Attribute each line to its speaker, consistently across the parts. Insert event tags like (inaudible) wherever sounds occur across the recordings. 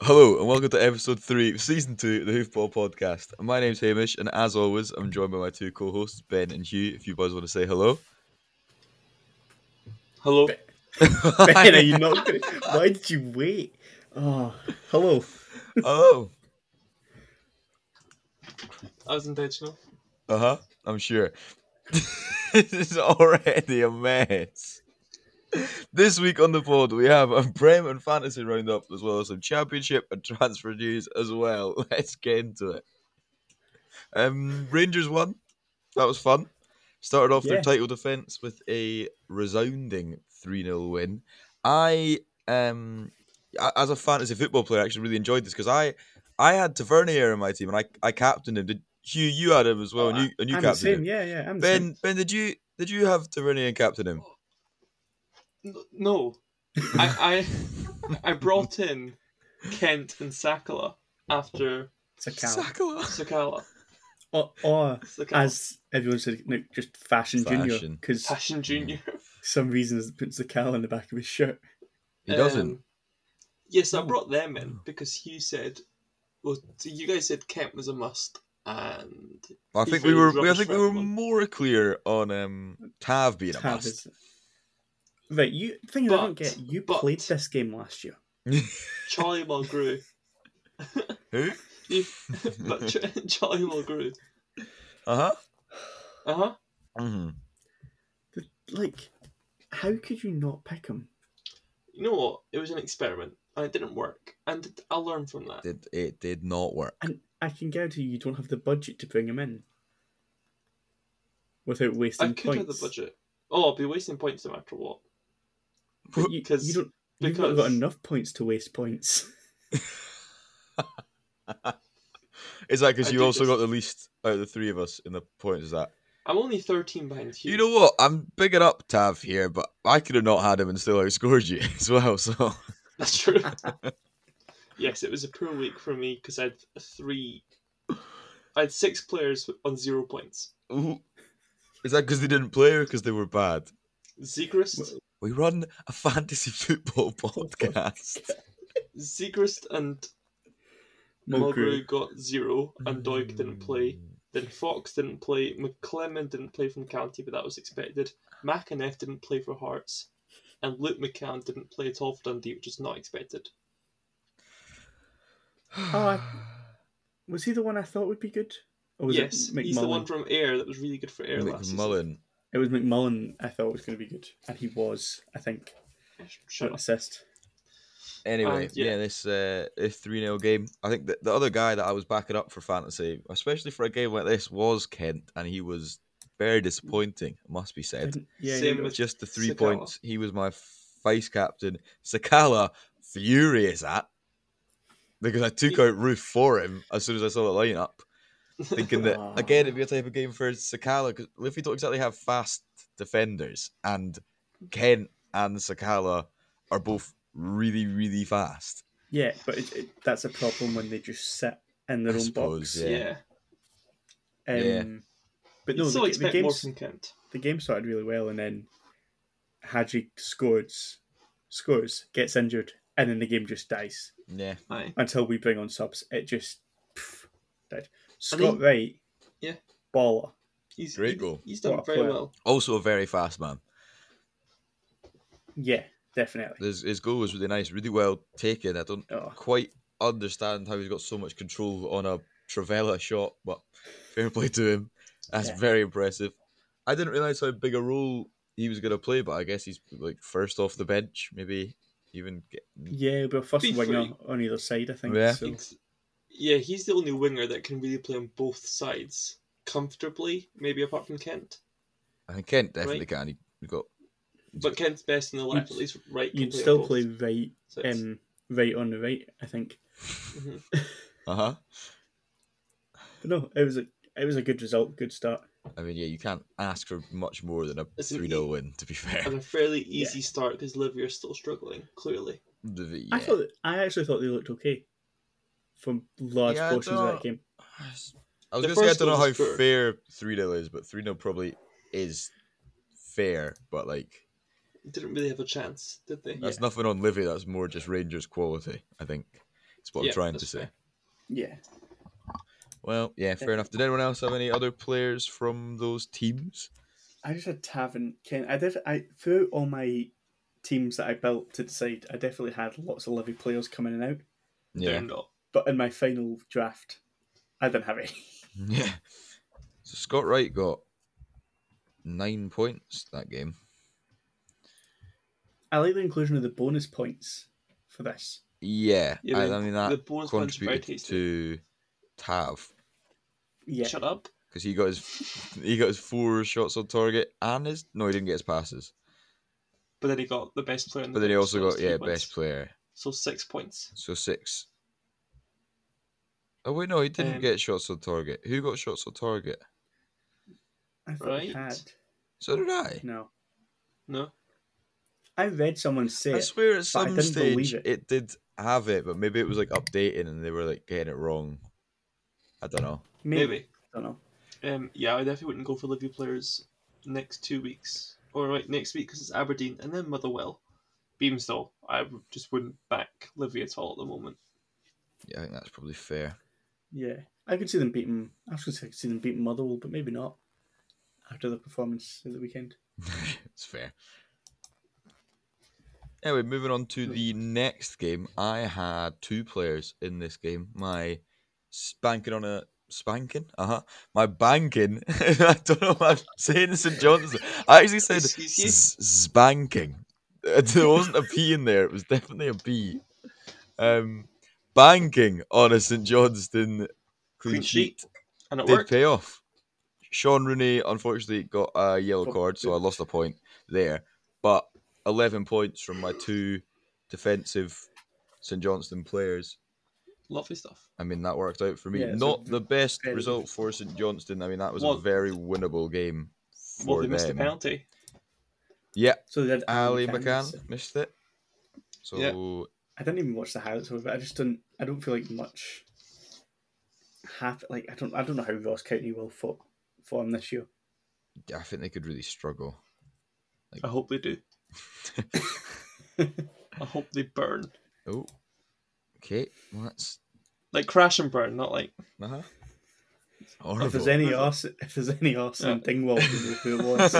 Speaker 1: Hello and welcome to episode three of season two of the Hoofball Podcast. My name's Hamish, and as always, I'm joined by my two co-hosts Ben and Hugh. If you boys want to say hello,
Speaker 2: Hello.
Speaker 1: Hi.
Speaker 3: (laughs) Ben, are you not gonna... Why did you wait? Oh, hello.
Speaker 1: hello,
Speaker 2: That was intentional.
Speaker 1: uh huh, I'm sure. (laughs) this is already a mess. This week on the pod, we have a Bremen fantasy roundup as well as some championship and transfer news as well. (laughs) Let's get into it. Um, Rangers won. That was fun. Started off their
Speaker 3: Yeah.
Speaker 1: title defense with a resounding 3 0 win. I, um, a- as a fantasy football player, I actually really enjoyed this because I, I had Tavernier in my team and I, I captained him. Did Hugh, you had him as well, and you, and you
Speaker 3: Oh, I'm the
Speaker 1: captained
Speaker 3: same.
Speaker 1: him.
Speaker 3: Yeah, yeah. I'm the same.
Speaker 1: Ben, Ben, did you did you have Tavernier and captain him?
Speaker 2: N- No, I I, (laughs) I brought in Kent and Sakala after
Speaker 3: It's a cow.
Speaker 1: Sakala.
Speaker 2: Sakala.
Speaker 3: Or, or
Speaker 2: Sakala.
Speaker 3: as everyone said, no, just Fashion, Junior,
Speaker 1: Fashion.
Speaker 3: because
Speaker 2: Passion Junior.
Speaker 3: some reason it puts the cow on the back of his shirt.
Speaker 1: He doesn't.
Speaker 2: Um, yes, I
Speaker 1: No.
Speaker 2: brought them in because Hugh said, "Well, you guys said Kent was a must," and
Speaker 1: I
Speaker 2: he
Speaker 1: think we
Speaker 2: threw
Speaker 1: were.
Speaker 2: the
Speaker 1: I
Speaker 2: rubbish
Speaker 1: think
Speaker 2: for
Speaker 1: we were
Speaker 2: everyone.
Speaker 1: more clear on um, Tav being a
Speaker 3: Tab
Speaker 1: must.
Speaker 3: is- Right, you the thing is, I don't
Speaker 2: But-
Speaker 3: get. You
Speaker 2: but-
Speaker 3: played this game last year.
Speaker 2: Charlie Mulgrew.
Speaker 1: Who? (laughs)
Speaker 2: (laughs) You- but Ch- Charlie Mulgrew.
Speaker 1: Uh huh.
Speaker 2: Uh huh.
Speaker 1: hmm
Speaker 3: Like, how could you not pick him?
Speaker 2: You know what? It was an experiment, and it didn't work, and I'll learn from that.
Speaker 1: Did it did not work?
Speaker 3: And I can guarantee you, you don't have the budget to bring him in without wasting
Speaker 2: I could
Speaker 3: points.
Speaker 2: have the budget. Oh, I'll be wasting points no matter what.
Speaker 3: But you,
Speaker 2: Because-
Speaker 3: you don't. You've not
Speaker 2: because-
Speaker 3: got enough points to waste points.
Speaker 1: Is that
Speaker 2: I
Speaker 1: because you
Speaker 2: did
Speaker 1: also
Speaker 2: just-
Speaker 1: got the least out of the three of us in the points? Is that?
Speaker 2: I'm only 13 behind Hugh.
Speaker 1: You know what? I'm bigging up Tav here, but I could have not had him and still outscored you (laughs) as well. So
Speaker 2: That's
Speaker 3: (laughs)
Speaker 2: true. yes, it was a poor week for me because I had three. I had six players on zero points.
Speaker 1: Ooh. is that because they didn't play or because they were bad?
Speaker 2: Zegrist,
Speaker 1: We run a fantasy (laughs) football podcast.
Speaker 2: Zegrist and
Speaker 3: Mulgrew.
Speaker 2: Mulgrew got zero, and Doig
Speaker 3: Mm.
Speaker 2: didn't play. Then Fox didn't play. McClellan didn't play from County, but that was expected. McInnes didn't play for Hearts. And Luke McCann didn't play at all for Dundee, which is not expected.
Speaker 3: Oh, Was he the one I thought would be good? Or Oh, was
Speaker 2: yes,
Speaker 3: it McMullen?
Speaker 2: he's the one from Air that was really good for Air last season.
Speaker 1: McMullen.
Speaker 3: It was McMullen I thought was going to be good. And he was, I think.
Speaker 2: Shut
Speaker 3: Shot
Speaker 2: up.
Speaker 3: assist.
Speaker 1: Anyway,
Speaker 2: And,
Speaker 1: yeah.
Speaker 2: yeah.
Speaker 1: this uh, this three 0 game. I think that the other guy that I was backing up for fantasy, especially for a game like this, was Kent, and he was very disappointing. It must be said.
Speaker 3: Didn't- Yeah,
Speaker 2: Same
Speaker 3: yeah,
Speaker 2: with-
Speaker 1: Just the three
Speaker 2: Sakala.
Speaker 1: points. He was my vice captain. Sakala furious at because I took
Speaker 2: Yeah.
Speaker 1: out Roof for him as soon as I saw the lineup, thinking that again it'd be a type of game for Sakala because Liffey don't exactly have fast defenders, and Kent and Sakala are both really really fast.
Speaker 3: yeah, but it, it, that's a problem when they just sit in their
Speaker 1: I
Speaker 3: own
Speaker 1: suppose,
Speaker 3: box.
Speaker 1: yeah.
Speaker 2: yeah.
Speaker 3: Um,
Speaker 1: Yeah.
Speaker 3: But
Speaker 2: No,
Speaker 3: no,
Speaker 2: still
Speaker 3: the, the,
Speaker 2: expect more
Speaker 3: game,
Speaker 2: from Kent.
Speaker 3: the game started really well, and then Hadji scores, scores, gets injured, and then the game just dies
Speaker 1: Yeah.
Speaker 2: Aye.
Speaker 3: until we bring on subs. It just pff, died. Scott
Speaker 2: mean-
Speaker 3: Wright,
Speaker 2: Yeah.
Speaker 3: baller.
Speaker 2: He's,
Speaker 1: Great
Speaker 2: he-
Speaker 1: goal.
Speaker 2: He's done
Speaker 3: What a
Speaker 2: very
Speaker 3: player.
Speaker 2: well.
Speaker 1: Also a very fast man.
Speaker 3: Yeah, definitely.
Speaker 1: His, his goal was really nice, really well taken. I don't
Speaker 3: Oh,
Speaker 1: quite understand how he's got so much control on a Travella shot, but fair play to him. That's
Speaker 3: Yeah.
Speaker 1: very impressive. I didn't realize how big a role he was going to play, but I guess he's like first off the bench, maybe even get,
Speaker 3: yeah, but first
Speaker 2: Be
Speaker 3: winger
Speaker 2: free.
Speaker 3: on either side, I think.
Speaker 1: Yeah.
Speaker 3: so.
Speaker 2: Ex- Yeah, he's the only winger that can really play on both sides comfortably, maybe apart from Kent.
Speaker 1: I think Kent definitely
Speaker 2: Right.
Speaker 1: can. He got
Speaker 2: But Kent's best in the left,
Speaker 3: You'd-
Speaker 2: at least right. can
Speaker 3: You'd
Speaker 2: play on
Speaker 3: still
Speaker 2: both
Speaker 3: play right,
Speaker 2: sides.
Speaker 3: um, right on the right, I think.
Speaker 2: Mhm.
Speaker 1: uh huh.
Speaker 3: But no, it was a it was a good result, good start.
Speaker 1: I mean, yeah, you can't ask for much more than a
Speaker 2: It's an
Speaker 1: three 0
Speaker 2: e-
Speaker 1: win. To be fair,
Speaker 2: And a fairly easy start because Livier's still struggling, clearly.
Speaker 1: (laughs) The- yeah.
Speaker 3: I thought I actually thought they looked okay from large
Speaker 1: Yeah, I
Speaker 3: portions of
Speaker 1: don't-
Speaker 3: that game.
Speaker 1: I was
Speaker 2: The
Speaker 1: going to say I
Speaker 2: first
Speaker 1: don't know
Speaker 2: goal
Speaker 1: how
Speaker 2: was good.
Speaker 1: fair 3 0 is, but 3 0 probably is fair, but like
Speaker 2: Didn't really have a chance, did they?
Speaker 1: that's nothing on Livy, that's more just Rangers quality, I think. That's what
Speaker 2: Yeah,
Speaker 1: I'm trying to
Speaker 2: that's
Speaker 1: say.
Speaker 2: fair.
Speaker 3: Yeah.
Speaker 1: Well, yeah, fair enough. Did anyone else have any other players from those teams?
Speaker 3: I just had Tavern Ken. I did. I throughout all my teams that I built to decide, I definitely had lots of Livy players coming in and out.
Speaker 2: They're
Speaker 1: Yeah.
Speaker 2: not.
Speaker 3: But in my final draft, I didn't have any.
Speaker 1: (laughs)
Speaker 3: (laughs)
Speaker 1: Yeah. So Scott Wright got nine points that game.
Speaker 3: I like the inclusion of the bonus points for this.
Speaker 1: Yeah.
Speaker 2: Yeah,
Speaker 1: I,
Speaker 2: the-
Speaker 1: I mean,
Speaker 2: the
Speaker 1: that
Speaker 2: bonus points are very
Speaker 1: contributed
Speaker 2: tasty.
Speaker 1: to Tav
Speaker 3: Yeah,
Speaker 2: Shut up.
Speaker 1: because he got his he got his four shots on target and his no he didn't get his passes
Speaker 2: But then he got the best player. In
Speaker 1: but
Speaker 2: the
Speaker 1: then he
Speaker 2: game,
Speaker 1: also
Speaker 2: so
Speaker 1: got
Speaker 2: it's three
Speaker 1: yeah
Speaker 2: points.
Speaker 1: best player
Speaker 2: So six points.
Speaker 1: so six. Oh wait no he didn't
Speaker 2: Um,
Speaker 1: get shots on target who got shots on target
Speaker 3: I thought we
Speaker 2: Right.
Speaker 3: had
Speaker 1: so did I
Speaker 3: no.
Speaker 2: No.
Speaker 3: I read someone say
Speaker 1: I
Speaker 3: it.
Speaker 1: swear at
Speaker 3: but I
Speaker 1: some
Speaker 3: didn't believe
Speaker 1: stage it.
Speaker 3: it.
Speaker 1: did have it, but maybe it was like updating and they were like getting it wrong. I don't know.
Speaker 3: maybe.
Speaker 2: Maybe.
Speaker 3: I don't know.
Speaker 2: Um, yeah, I definitely wouldn't go for Livy players next two weeks. Or like next week because it's Aberdeen and then Motherwell. Beamstall. I w- just wouldn't back Livy at all at the moment.
Speaker 1: Yeah, I think that's probably fair.
Speaker 3: Yeah, I could see them beating. I was going to see them beating Motherwell, but maybe not after the performance of the weekend.
Speaker 1: (laughs) it's fair. Anyway, moving on to the next game. I had two players in this game. My spanking on a spanking, uh huh. My banking. (laughs) I don't know why I'm saying St John's. I actually said
Speaker 2: Excuse you?
Speaker 1: s- spanking. (laughs) Uh, There wasn't a P in there. It was definitely a B. Um, banking on a St Johnston clean,
Speaker 2: Clean
Speaker 1: sheet
Speaker 2: sheet. And it
Speaker 1: did
Speaker 2: worked.
Speaker 1: pay off. Sean Rooney unfortunately got a yellow
Speaker 3: Oh,
Speaker 1: card, so I lost a point there. But eleven points from my two defensive St Johnston players.
Speaker 2: Lovely stuff.
Speaker 1: I mean that worked out for me.
Speaker 3: Yeah, so
Speaker 1: Not the best
Speaker 3: fairly-
Speaker 1: result for St Johnston. I mean that was
Speaker 2: Well-
Speaker 1: a very winnable game
Speaker 2: Well,
Speaker 1: for
Speaker 2: they missed the
Speaker 1: them.
Speaker 2: penalty.
Speaker 1: yeah,
Speaker 3: So they had
Speaker 1: Ali
Speaker 3: McCann,
Speaker 1: McCann
Speaker 3: so-
Speaker 1: missed it. So
Speaker 3: I didn't even watch the highlights of it. I just don't. I don't feel like much. Hap- like I don't. I don't know how Ross County will fo- form this year.
Speaker 1: I think they could really struggle.
Speaker 2: I hope they do.
Speaker 1: (laughs)
Speaker 2: I hope they burn.
Speaker 1: Oh, okay. Well, that's
Speaker 2: Like crash and burn, not like
Speaker 1: uh-huh.
Speaker 3: If there's
Speaker 1: Horrible.
Speaker 3: any Arson, if there's any Arson in
Speaker 2: Yeah.
Speaker 3: Dingwall, we know who
Speaker 2: (laughs)
Speaker 3: it was.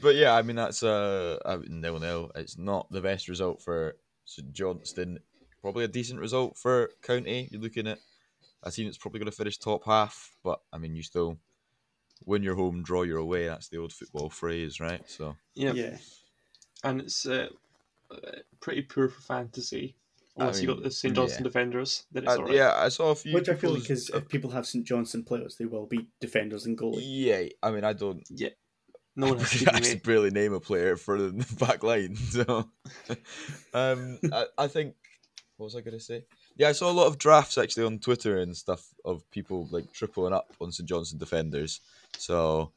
Speaker 1: but (laughs) yeah, I mean that's uh nil nil. It's not the best result for St Johnston. Probably a decent result for County. You're looking at a team that's probably going to finish top half, but I mean you still win your home, draw your away. That's the old football phrase, right? So
Speaker 2: yeah.
Speaker 3: Yeah,
Speaker 2: And it's uh, uh, pretty poor for fantasy
Speaker 1: I
Speaker 2: unless you
Speaker 1: mean,
Speaker 2: got the St Johnson
Speaker 1: yeah.
Speaker 2: defenders. Then it's
Speaker 1: uh,
Speaker 2: alright.
Speaker 1: yeah, I saw a few.
Speaker 3: which I feel like
Speaker 1: people's-
Speaker 3: is if people have St Johnson players, they will be defenders and goalie.
Speaker 1: yeah. I mean I don't.
Speaker 2: No one has
Speaker 1: (laughs)
Speaker 2: to
Speaker 1: I just barely name a player for the (laughs) back line. So, (laughs) um, I, I think what was I going to say? Yeah, I saw a lot of drafts actually on Twitter and stuff of people like tripling up on St Johnson defenders. So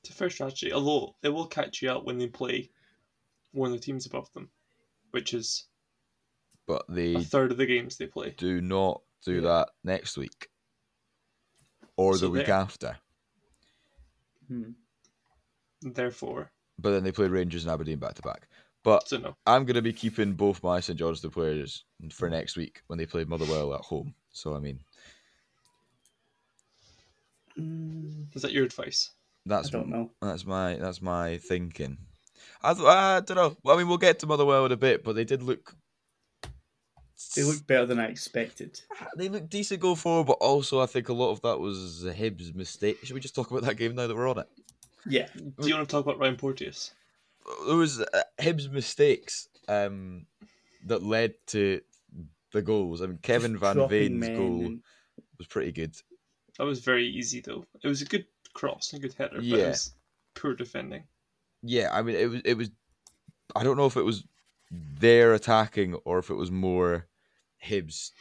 Speaker 2: It's a fair strategy, although it will catch you up when they play one of the teams above them, which is
Speaker 1: but
Speaker 2: a
Speaker 1: they
Speaker 2: third of the games they play.
Speaker 1: do not do
Speaker 3: Yeah.
Speaker 1: that next week or
Speaker 2: So
Speaker 1: the week
Speaker 2: there.
Speaker 1: after.
Speaker 3: Hmm.
Speaker 2: Therefore,
Speaker 1: But then they play Rangers and Aberdeen back to back. But
Speaker 2: so no.
Speaker 1: I'm going to be keeping both my St Johnson players for next week when they play Motherwell at home. So I mean,
Speaker 3: Mm,
Speaker 2: Is that your advice?
Speaker 3: I
Speaker 1: that's
Speaker 3: don't know.
Speaker 1: That's my that's my thinking. I, th- I don't know. Well, I mean, we'll get to Motherwell in a bit, but they did look.
Speaker 3: They look better than I expected.
Speaker 1: they look decent going forward, but also I think a lot of that was Hibbs' mistake. Should we just talk about that game now that we're on it?
Speaker 3: Yeah,
Speaker 2: Do you want to talk about Ryan Porteous?
Speaker 1: It was uh, Hibbs' mistakes um, that led to the goals. I mean, (laughs) Kevin
Speaker 3: Just
Speaker 1: Van
Speaker 3: dropping
Speaker 1: Veen's
Speaker 3: men
Speaker 1: goal
Speaker 3: and-
Speaker 1: was pretty good.
Speaker 2: That was very easy though. It was a good cross and a good header, but
Speaker 1: Yeah.
Speaker 2: it was poor defending.
Speaker 1: Yeah, I mean, it was it was. I don't know if it was their attacking or if it was more Hibbs'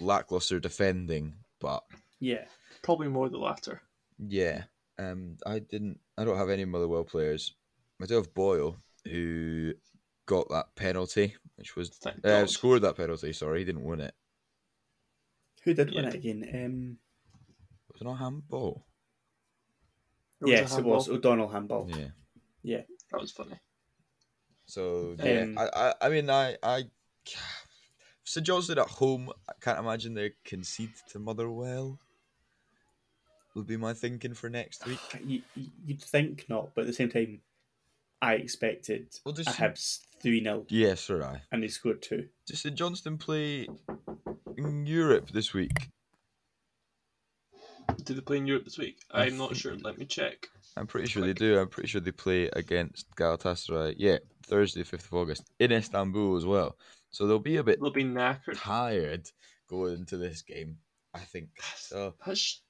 Speaker 1: lackluster defending, but
Speaker 3: yeah.
Speaker 2: Probably more the latter.
Speaker 1: Yeah. Um, I didn't. I don't have any Motherwell players. I do have Boyle, who got that penalty, which was
Speaker 2: Thank
Speaker 1: uh,
Speaker 2: God.
Speaker 1: scored that penalty. Sorry, he didn't win it.
Speaker 3: Who did win
Speaker 2: Yeah.
Speaker 3: it again? Um,
Speaker 1: Was it not handball?
Speaker 2: It was a
Speaker 3: yes, it was
Speaker 2: handball.
Speaker 3: O'Donnell handball.
Speaker 1: Yeah.
Speaker 2: That was funny.
Speaker 1: So yeah,
Speaker 3: Um,
Speaker 1: I, I, I mean, I, I, St Johnstone at home, I can't imagine they concede to Motherwell. Would be my thinking for next week.
Speaker 3: You, you- you'd think not, but at the same time, I expected
Speaker 1: Well, does
Speaker 3: a
Speaker 1: St-
Speaker 3: Hibs 3 0
Speaker 1: yes, or I.
Speaker 3: and they scored two.
Speaker 1: Does St Johnston play in Europe this week?
Speaker 2: Do they play in Europe this week?
Speaker 1: I
Speaker 2: I'm not
Speaker 1: think-
Speaker 2: sure. Let me check.
Speaker 1: I'm pretty sure they do. I'm pretty sure they play against Galatasaray. Yeah, Thursday, 5th of August in Istanbul as well. So they'll be a bit
Speaker 2: They'll be knackered.
Speaker 1: tired going into this game, I think. So
Speaker 2: Hush.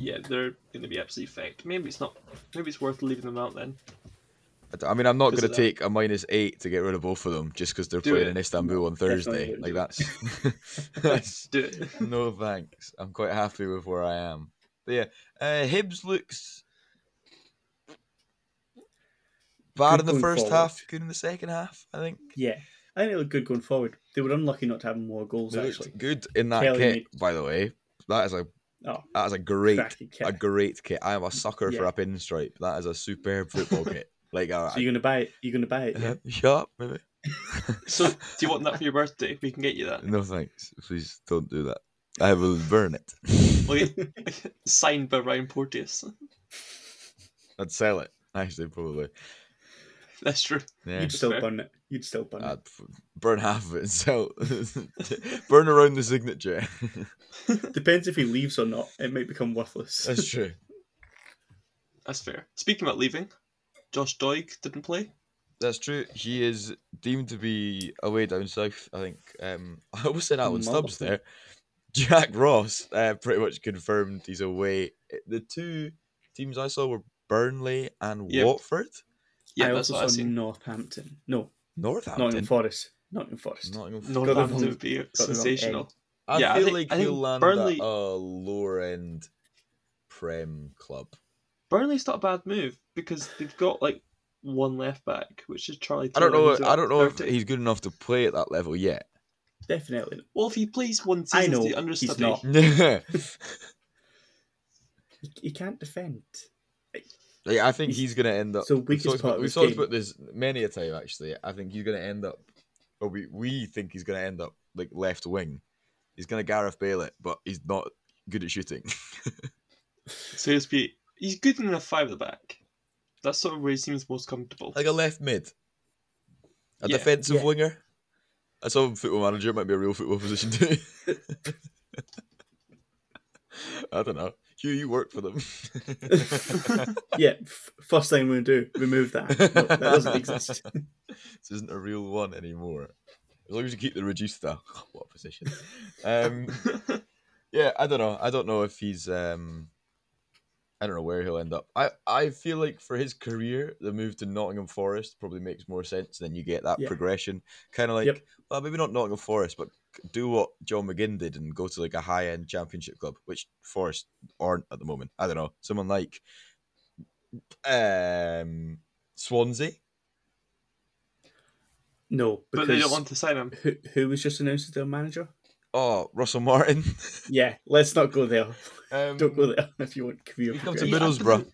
Speaker 2: Yeah, they're going to be absolutely faked. Maybe it's not. Maybe it's worth leaving them out then.
Speaker 1: I d- I mean, I'm not
Speaker 2: 'Cause
Speaker 1: going
Speaker 2: of
Speaker 1: to
Speaker 2: that.
Speaker 1: take a minus eight to get rid of both of them just because they're
Speaker 2: Do
Speaker 1: playing
Speaker 2: it.
Speaker 1: in Istanbul on Thursday.
Speaker 3: definitely
Speaker 1: Like
Speaker 3: don't
Speaker 1: that's,
Speaker 3: (laughs)
Speaker 1: that's (laughs)
Speaker 2: Do it. (laughs)
Speaker 1: no thanks. I'm quite happy with where I am. But yeah, uh, Hibs looks bad
Speaker 3: Good
Speaker 1: in the
Speaker 3: going
Speaker 1: first
Speaker 3: forward.
Speaker 1: half, good in the second half. I think
Speaker 3: Yeah. I think they looked good going forward. They were unlucky not to have more goals,
Speaker 1: they
Speaker 3: actually.
Speaker 1: looked good in that
Speaker 3: Kelly
Speaker 1: kick.
Speaker 3: made-
Speaker 1: By the way, that is a
Speaker 3: Oh,
Speaker 1: that is a great
Speaker 3: cracking kick.
Speaker 1: a great kit. I am a sucker for
Speaker 3: Yeah.
Speaker 1: a pinstripe. That is a superb
Speaker 3: (laughs)
Speaker 1: football kit. Like, uh, all (laughs)
Speaker 3: So you're going to buy it? You're going to buy it? yeah?
Speaker 1: right, shut up, maybe.
Speaker 2: So, do you want that for your birthday? We can get you that.
Speaker 1: No thanks. Please don't do that. I will burn it.
Speaker 2: We'll get- (laughs) signed by Ryan Porteous.
Speaker 1: I'd sell it. Actually, probably.
Speaker 2: That's true.
Speaker 1: Yeah. Uh,
Speaker 3: You'd still
Speaker 2: Fair.
Speaker 3: burn it. You'd still burn
Speaker 1: I'd f- burn half of it and sell (laughs) it. burn around the signature.
Speaker 3: it. Depends if he leaves or not. It might become
Speaker 1: (laughs)
Speaker 3: worthless.
Speaker 1: (laughs) That's true.
Speaker 2: That's fair. Speaking about leaving, Josh Doig didn't play.
Speaker 1: That's true. He is deemed to be away down south. I think. Um, (laughs) I almost said Alan Stubbs
Speaker 3: Multiple.
Speaker 1: there. Jack Ross uh, pretty much confirmed he's away. The two teams I saw were Burnley and
Speaker 2: Yep.
Speaker 1: Watford.
Speaker 2: Yeah,
Speaker 3: I
Speaker 2: that's
Speaker 3: also
Speaker 2: what I've
Speaker 3: saw
Speaker 2: seen.
Speaker 3: Nothampton. No, Nottingham
Speaker 1: Northampton.
Speaker 3: Forest. Nottingham Forest.
Speaker 1: Nottingham
Speaker 2: Northampton
Speaker 3: wrong-
Speaker 2: would be
Speaker 3: the wrong
Speaker 2: sensational.
Speaker 1: I
Speaker 2: Yeah, I
Speaker 1: feel
Speaker 2: think-
Speaker 1: like
Speaker 2: I
Speaker 1: he'll
Speaker 2: think
Speaker 1: land at
Speaker 2: Burnley-
Speaker 1: a lower end Prem club.
Speaker 2: Burnley's not a bad move because they've got like one left back, which is Charlie.
Speaker 1: I don't
Speaker 2: Taylor,
Speaker 1: know.
Speaker 2: who's
Speaker 1: I don't know if
Speaker 2: 30.
Speaker 1: he's good enough to play at that level (laughs) yet.
Speaker 3: Definitely. not.
Speaker 2: Well, if he plays one
Speaker 3: I
Speaker 2: season,
Speaker 3: know
Speaker 2: as
Speaker 3: he's
Speaker 2: the understudy.
Speaker 3: not.
Speaker 1: like,
Speaker 3: He, he can't defend.
Speaker 1: I think he's going to end up.
Speaker 3: So
Speaker 1: we've
Speaker 3: weakest
Speaker 1: talked
Speaker 3: part
Speaker 1: about-
Speaker 3: of
Speaker 1: We've
Speaker 3: his
Speaker 1: talked
Speaker 3: game.
Speaker 1: about this many a time. Actually, I think he's going to end up. Or we we think he's going to end up like left wing. He's going to Gareth Bale it, but he's not good at shooting.
Speaker 2: So he's be he's good in a five at the back. That's sort of where he seems most comfortable.
Speaker 1: like a left mid, a
Speaker 2: Yeah,
Speaker 1: defensive
Speaker 3: yeah.
Speaker 1: winger. I saw him football manager. It might be a real football (laughs) position too. I don't know. Hugh, you work for them.
Speaker 3: Yeah, f- first thing we're going to do, remove that. No, (laughs) that
Speaker 1: (laughs)
Speaker 3: doesn't exist.
Speaker 1: this isn't a real one anymore. As long as you keep the register, (laughs) what a position? Um, yeah, I don't know. I don't know if he's. Um, I don't know where he'll end up. I, I feel like for his career, the move to Nottingham Forest probably makes more sense. Then you get that
Speaker 3: Yeah.
Speaker 1: progression, kind of like
Speaker 3: Yep.
Speaker 1: well, maybe not Nottingham Forest, but do what John McGinn did and go to like a high end championship club, which Forest aren't at the moment. I don't know. Someone like um, Swansea.
Speaker 3: No,
Speaker 2: (laughs) but
Speaker 3: because
Speaker 2: they don't want to sign him.
Speaker 3: who, who was just announced as their manager?
Speaker 1: Oh, Russell
Speaker 2: (laughs)
Speaker 1: Martin.
Speaker 3: Yeah, let's not go there. (laughs)
Speaker 1: Um,
Speaker 3: Don't
Speaker 2: Mm.
Speaker 3: go there if you want career
Speaker 1: You come to
Speaker 3: progression.
Speaker 2: middle-
Speaker 1: Middlesbrough.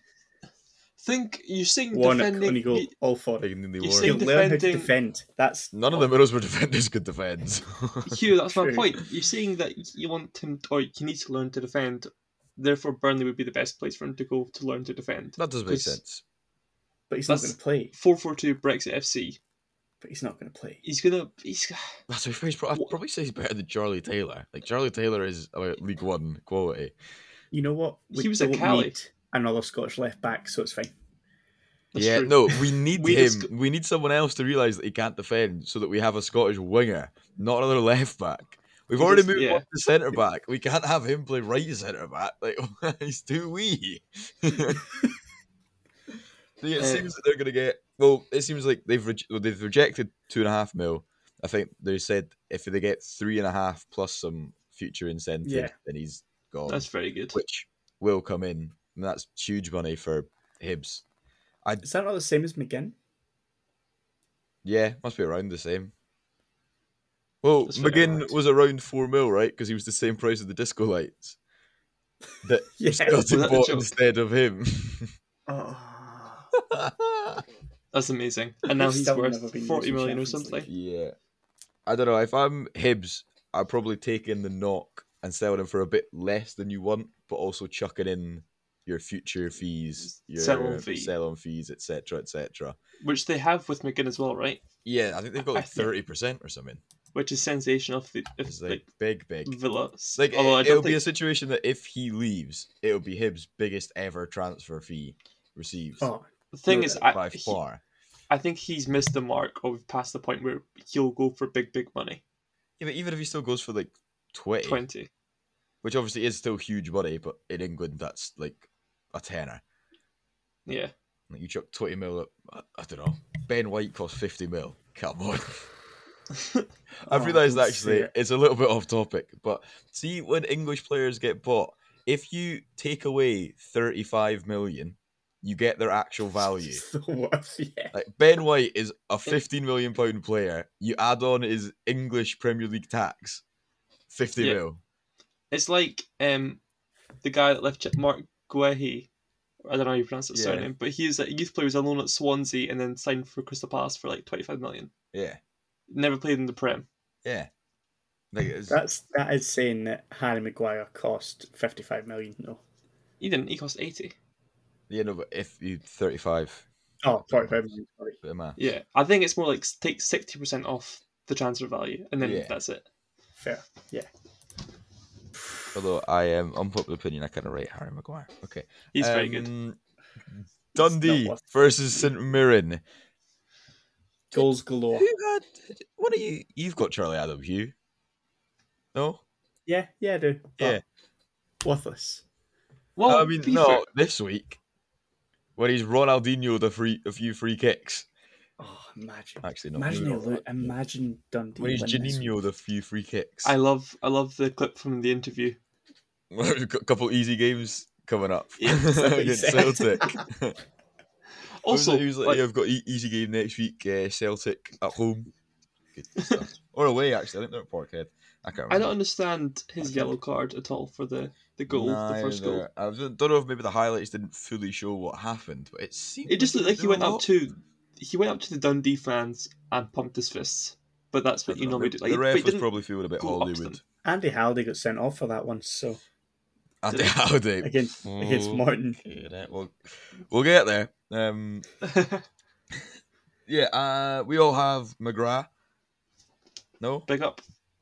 Speaker 2: Think you're saying
Speaker 3: Warnock,
Speaker 2: defending.
Speaker 3: when you go
Speaker 2: you-
Speaker 3: all for it.
Speaker 1: Taking in the
Speaker 2: You
Speaker 1: war.
Speaker 2: say-
Speaker 3: He'll learn how to
Speaker 2: defending-
Speaker 3: defend. That's
Speaker 1: None of the Middlesbrough defenders could defend.
Speaker 2: (laughs)
Speaker 1: so-
Speaker 2: Hugh, that's my
Speaker 3: True.
Speaker 2: point. You're saying that you want him, or you need to learn to defend. Therefore, Burnley would be the best place for him to go to learn to defend.
Speaker 1: that does make
Speaker 2: Because-
Speaker 1: sense.
Speaker 3: But he's not
Speaker 2: That's-
Speaker 3: going to play.
Speaker 2: Four four two Brexit FC.
Speaker 3: But he's not going to play.
Speaker 2: He's gonna. He's.
Speaker 1: That's a phrase. I'd
Speaker 2: What-
Speaker 1: probably say he's better than Charlie Taylor. Like Charlie Taylor is uh, League One quality.
Speaker 3: You know what?
Speaker 2: He was at
Speaker 3: don't
Speaker 2: Cali.
Speaker 3: need Another Scottish left back, so it's fine.
Speaker 2: That's
Speaker 1: yeah,
Speaker 2: true.
Speaker 1: no, we need
Speaker 2: (laughs) We
Speaker 1: him.
Speaker 2: just go-
Speaker 1: We need someone else to realise that he can't defend, so that we have a Scottish winger, not another (laughs) left back. We've
Speaker 2: We
Speaker 1: already
Speaker 2: just-
Speaker 1: moved
Speaker 2: yeah.
Speaker 1: on to centre back. We can't have him play right centre back. Like (laughs) he's too wee. (laughs) See, it
Speaker 2: Uh,
Speaker 1: seems that they're going to get. Well, it seems like they've reje- well, they've rejected two and a half mil. I think they said if they get three and a half plus some future incentive,
Speaker 3: Yeah.
Speaker 1: then he's gone
Speaker 2: That's very good.
Speaker 1: which will come in. And that's huge money for Hibs.
Speaker 3: Is that not the same as McGinn?
Speaker 1: Yeah, must be around the same. Well,
Speaker 2: That's very
Speaker 1: McGinn
Speaker 2: right.
Speaker 1: was around four mil, right? Because he was the same price as the disco lights. (laughs) That
Speaker 3: Yeah.
Speaker 1: Scotty
Speaker 2: that the
Speaker 1: bought
Speaker 2: joke?
Speaker 1: instead of (laughs) him.
Speaker 2: Ah.
Speaker 3: Oh.
Speaker 2: That's amazing. And now he's
Speaker 3: Still
Speaker 2: worth
Speaker 3: never been
Speaker 2: forty
Speaker 3: used in
Speaker 2: million or
Speaker 3: Champions League.
Speaker 2: something.
Speaker 1: yeah. I don't know. If I'm Hibs, I probably take in the knock and sell them for a bit less than you want, but also chucking in your future fees, your
Speaker 2: Sell-on fee.
Speaker 1: sell-on fees, etc., etc.
Speaker 2: which they have with McGinn as well, right?
Speaker 1: (laughs) Yeah, I think they've got
Speaker 2: I
Speaker 1: like
Speaker 2: think-
Speaker 1: thirty percent or something.
Speaker 2: Which is sensational if, they, if
Speaker 1: It's like,
Speaker 2: like,
Speaker 1: big, big.
Speaker 2: Villa.
Speaker 1: It's like
Speaker 2: although I
Speaker 1: it,
Speaker 2: don't
Speaker 1: will be
Speaker 2: think
Speaker 1: a situation that if he leaves, it'll be Hibs' biggest ever transfer fee received
Speaker 3: Oh,
Speaker 2: the thing
Speaker 3: no,
Speaker 2: is,
Speaker 1: by
Speaker 2: I, he-
Speaker 1: far.
Speaker 2: I think he's missed the mark or we've passed the point where he'll go for big, big money.
Speaker 1: Yeah, but even if he still goes for like 20,
Speaker 2: 20.
Speaker 1: which obviously is still huge money, but in England that's like a tenner.
Speaker 2: Yeah.
Speaker 1: Like you chuck 20 mil at, I, I don't know. Ben White costs 50 mil. Come on. (laughs) I've
Speaker 3: Oh,
Speaker 1: realised
Speaker 3: don't say
Speaker 1: actually
Speaker 3: it.
Speaker 1: it's a little bit off topic, but see when English players get bought, if you take away 35 million, you get their actual (laughs) value.
Speaker 3: it's the worst. Yeah.
Speaker 1: Like Ben White is a 15 million pound player. You add on his English Premier League tax, 50
Speaker 2: Yeah.
Speaker 1: mil.
Speaker 2: It's like um, the guy that left Ch- Mark Guehi. I don't know how you pronounce his
Speaker 1: Yeah.
Speaker 2: surname, but he is a youth player who was alone at Swansea and then signed for Crystal Palace for like 25 million.
Speaker 1: Yeah,
Speaker 2: Never played in the Prem.
Speaker 1: yeah. Like it's,
Speaker 3: That's that is saying that Harry Maguire cost fifty five million though.
Speaker 2: He didn't. He cost 80.
Speaker 1: you know, but if you 35,
Speaker 3: Oh, 45 million, sorry.
Speaker 1: bit of math.
Speaker 2: Yeah. I think it's more like s- take 60% off the transfer value and then
Speaker 1: Yeah.
Speaker 2: that's it.
Speaker 3: Fair.
Speaker 1: Although I am um, unpopular opinion, I kind of rate Harry Maguire. Okay,
Speaker 2: He's very good.
Speaker 1: Um, Dundee
Speaker 3: not worth-
Speaker 1: versus St Mirren.
Speaker 3: Goals galore.
Speaker 1: Who had? What are you? You've got Charlie Adams, you? No.
Speaker 3: Yeah, yeah, I do. But
Speaker 1: Yeah.
Speaker 3: Worthless.
Speaker 2: Well,
Speaker 1: I mean,
Speaker 2: to be fair-
Speaker 1: no. This week, when he's Ronaldinho the free a few free kicks.
Speaker 3: Oh, imagine.
Speaker 1: Actually, no.
Speaker 3: imagine,
Speaker 1: maybe
Speaker 3: they
Speaker 1: not
Speaker 3: lo-
Speaker 1: Ronaldinho.
Speaker 3: imagine Dundee.
Speaker 1: When he's
Speaker 3: win this.
Speaker 1: Janino the few free kicks.
Speaker 2: I love I love the clip from the interview.
Speaker 1: (laughs) A couple easy games coming up (laughs)
Speaker 2: Yeah,
Speaker 1: against
Speaker 3: exactly.
Speaker 2: (laughs)
Speaker 1: Celtic. (laughs)
Speaker 2: Also,
Speaker 1: he was like,
Speaker 2: like,
Speaker 1: "Yeah, I've got e- easy game next week. Uh, Celtic at home,
Speaker 2: (laughs)
Speaker 1: Good stuff. or away actually. I think they're at Parkhead. I can't. Remember.
Speaker 2: I don't understand his yellow card at all for the, the goal, the
Speaker 1: Nah,
Speaker 2: first
Speaker 1: either.
Speaker 2: goal.
Speaker 1: I was- don't know if maybe the highlights didn't fully show what happened, but it seemed.
Speaker 2: It just looked like he
Speaker 1: did a
Speaker 2: went up
Speaker 1: lot.
Speaker 2: to he went up to the Dundee fans and pumped his fists. But that's what
Speaker 1: I
Speaker 2: you
Speaker 1: don't know,
Speaker 2: normally do. Like,
Speaker 1: the
Speaker 2: but he
Speaker 1: ref was
Speaker 2: didn't-
Speaker 1: probably feeling a bit
Speaker 2: go up to them.
Speaker 1: Hollywood.
Speaker 3: Andy Halliday got sent off for that one, so
Speaker 1: And (laughs)
Speaker 2: Did he?
Speaker 1: how
Speaker 2: (laughs)
Speaker 1: they
Speaker 3: against against Morton.
Speaker 1: Okay, that- eh? We'll, we'll get there. Um, (laughs) yeah, uh, we all have McGrath. No,
Speaker 2: (laughs) Big up.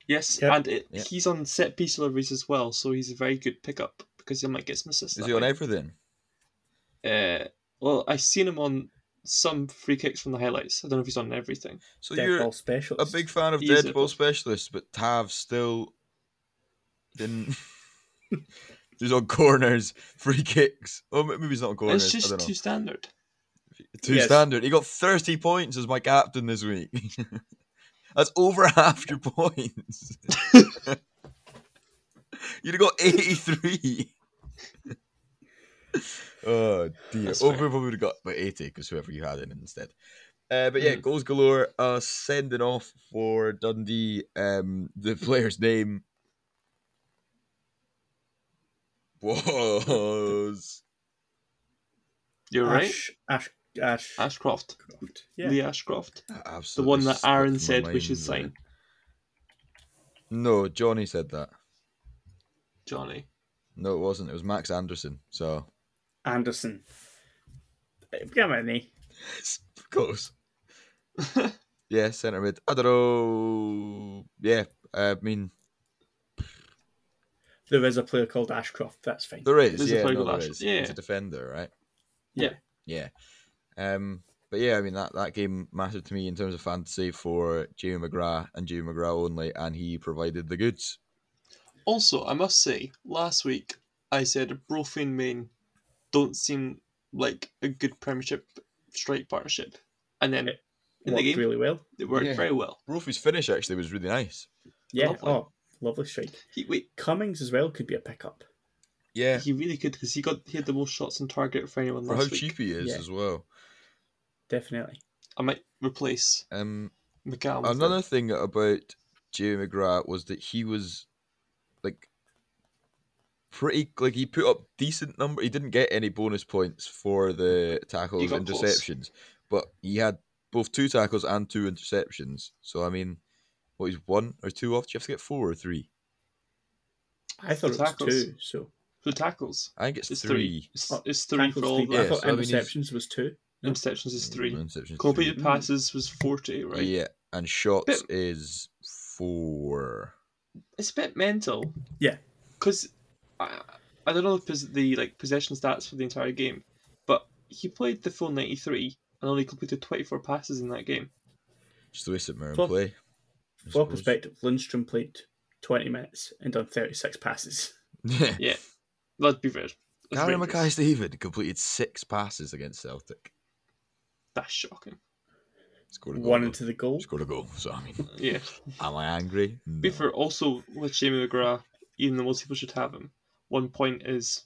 Speaker 2: Yes,
Speaker 3: Yep.
Speaker 2: and it,
Speaker 1: Yeah.
Speaker 2: he's on set piece deliveries as well, so he's a very good pickup because he might get some assists.
Speaker 1: is
Speaker 2: that
Speaker 1: he on
Speaker 2: way.
Speaker 1: everything?
Speaker 2: Uh, well, I've seen him on some free kicks from the highlights. I don't know if he's on everything.
Speaker 1: So
Speaker 3: Dead
Speaker 1: you're
Speaker 3: ball special.
Speaker 1: a big fan of
Speaker 2: He's
Speaker 1: Dead
Speaker 2: a-
Speaker 1: Ball Specialist, but Tav still didn't. (laughs) He's on corners, free kicks. Oh, m- maybe he's not on corners.
Speaker 2: it's
Speaker 1: I
Speaker 2: just
Speaker 1: don't know.
Speaker 2: too standard.
Speaker 1: Too
Speaker 3: Yes.
Speaker 1: standard. He got 30 points as my captain this week. (laughs) That's over half your points. (laughs) You'd have got 83. (laughs) oh, dear.
Speaker 2: That's
Speaker 1: Or
Speaker 2: fair.
Speaker 1: we probably would have got about 80 because whoever you had in instead. Uh, but
Speaker 2: Hmm.
Speaker 1: yeah, goals galore. Uh, sending off for Dundee. Um, the player's name was.
Speaker 2: You're right.
Speaker 3: Ash, Ash, Ash,
Speaker 2: Ashcroft,
Speaker 3: Ashcroft. Yeah.
Speaker 2: Lee Ashcroft, the
Speaker 1: Absolutely
Speaker 2: one that
Speaker 1: slipped my
Speaker 2: Aaron said we
Speaker 1: mind
Speaker 2: should
Speaker 1: there.
Speaker 2: sign.
Speaker 1: No, Johnny said that.
Speaker 2: Johnny.
Speaker 1: No, it wasn't. It was Max Anderson. So, (laughs)
Speaker 3: Anderson. Come on, eh?
Speaker 1: of
Speaker 2: (laughs)
Speaker 1: course. yeah, centre mid. I don't know. Yeah, I mean,
Speaker 3: There is a player called Ashcroft. That's fine.
Speaker 1: there is.
Speaker 2: There's a
Speaker 1: yeah,
Speaker 2: player
Speaker 1: no,
Speaker 2: called
Speaker 1: there
Speaker 2: Ash-
Speaker 1: is.
Speaker 2: yeah.
Speaker 1: He's a defender, right?
Speaker 2: Yeah.
Speaker 1: Yeah. Um, but yeah, I mean, that, that game mattered to me in terms of fantasy for Jamie McGrath and Jamie McGrath only, and he provided the goods.
Speaker 2: Also, I must say, last week I said Brophy and Main don't seem like a good Premiership strike partnership, and then
Speaker 3: It
Speaker 2: in
Speaker 3: Worked
Speaker 2: the game
Speaker 3: really well.
Speaker 2: it worked
Speaker 1: Yeah.
Speaker 2: very well.
Speaker 1: Brophy's finish actually was really nice.
Speaker 3: Yeah.
Speaker 2: Lovely.
Speaker 3: Oh, lovely strike.
Speaker 2: He, wait,
Speaker 3: Cummings as well could be a pickup.
Speaker 1: Yeah,
Speaker 2: he really could because he got he had the most shots on target for anyone
Speaker 1: for how
Speaker 2: last week.
Speaker 1: cheap he is
Speaker 3: Yeah.
Speaker 1: as well.
Speaker 3: Definitely.
Speaker 2: I might replace
Speaker 1: Um,
Speaker 2: McCallum. with
Speaker 1: Another
Speaker 2: him.
Speaker 1: thing about Jamie McGrath was that he was like pretty like he put up decent number. He didn't get any bonus points for the tackles
Speaker 2: got
Speaker 1: and
Speaker 2: close.
Speaker 1: interceptions, but he had both two tackles and two interceptions. So I mean, what is one or two off? Do you have to get four or three?
Speaker 3: I thought it was
Speaker 2: Tackles.
Speaker 3: two. So
Speaker 2: For tackles,
Speaker 1: I think it's,
Speaker 2: it's three.
Speaker 1: three.
Speaker 2: It's,
Speaker 3: Oh,
Speaker 2: it's three for
Speaker 3: Tackles
Speaker 2: all
Speaker 3: three,
Speaker 2: of
Speaker 3: but I
Speaker 1: Yeah,
Speaker 2: that.
Speaker 3: thought
Speaker 1: so that means-
Speaker 3: interceptions was two. yeah.
Speaker 2: Interceptions is
Speaker 1: Mm,
Speaker 2: three.
Speaker 1: interception's
Speaker 2: Completed
Speaker 1: three.
Speaker 2: passes was 48, right?
Speaker 1: Yeah, and shots
Speaker 2: Bit-
Speaker 1: is four.
Speaker 2: It's a bit mental.
Speaker 3: Yeah.
Speaker 2: Because I, I don't know if it's the like possession stats for the entire game, but he played the full 93 and only completed 24 passes in that game.
Speaker 1: Just the way St. Mirren
Speaker 3: Four-
Speaker 1: play. I
Speaker 3: For our
Speaker 1: suppose.
Speaker 3: perspective, Lindstrom played 20 minutes and done 36 passes.
Speaker 1: (laughs) Yeah.
Speaker 2: Yeah. Let's be fair. That's
Speaker 1: Gary
Speaker 2: Rangers.
Speaker 1: Mackay Stephen completed six passes against Celtic.
Speaker 2: That's shocking.
Speaker 1: Scored a goal.
Speaker 3: One into the goal.
Speaker 1: Scored a goal. So I mean,
Speaker 2: Yeah.
Speaker 1: am I angry?
Speaker 2: be
Speaker 1: No.
Speaker 2: fair, also with Jamie McGrath, even though most people should have him, one point is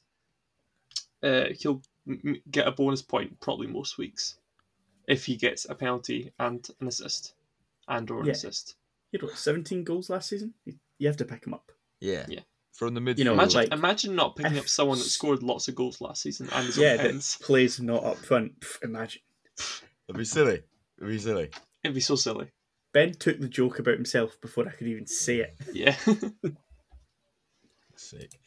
Speaker 2: uh, he'll m- m- get a bonus point probably most weeks if he gets a penalty and an assist and or an
Speaker 3: Yeah.
Speaker 2: assist.
Speaker 3: He had what, 17 goals last season? You, you have to pick him up.
Speaker 1: Yeah.
Speaker 2: Yeah.
Speaker 1: From the midfield.
Speaker 3: You know,
Speaker 2: Imagine,
Speaker 3: like-
Speaker 2: imagine not picking up someone that scored lots of goals last season and his
Speaker 3: Yeah,
Speaker 2: own
Speaker 3: that
Speaker 2: pens.
Speaker 3: plays not up front. Pff, imagine.
Speaker 1: it'd be silly. It'd be silly.
Speaker 2: It'd be so silly.
Speaker 3: Ben took the joke about himself before I could even say it.
Speaker 2: Yeah. (laughs)
Speaker 1: Sick.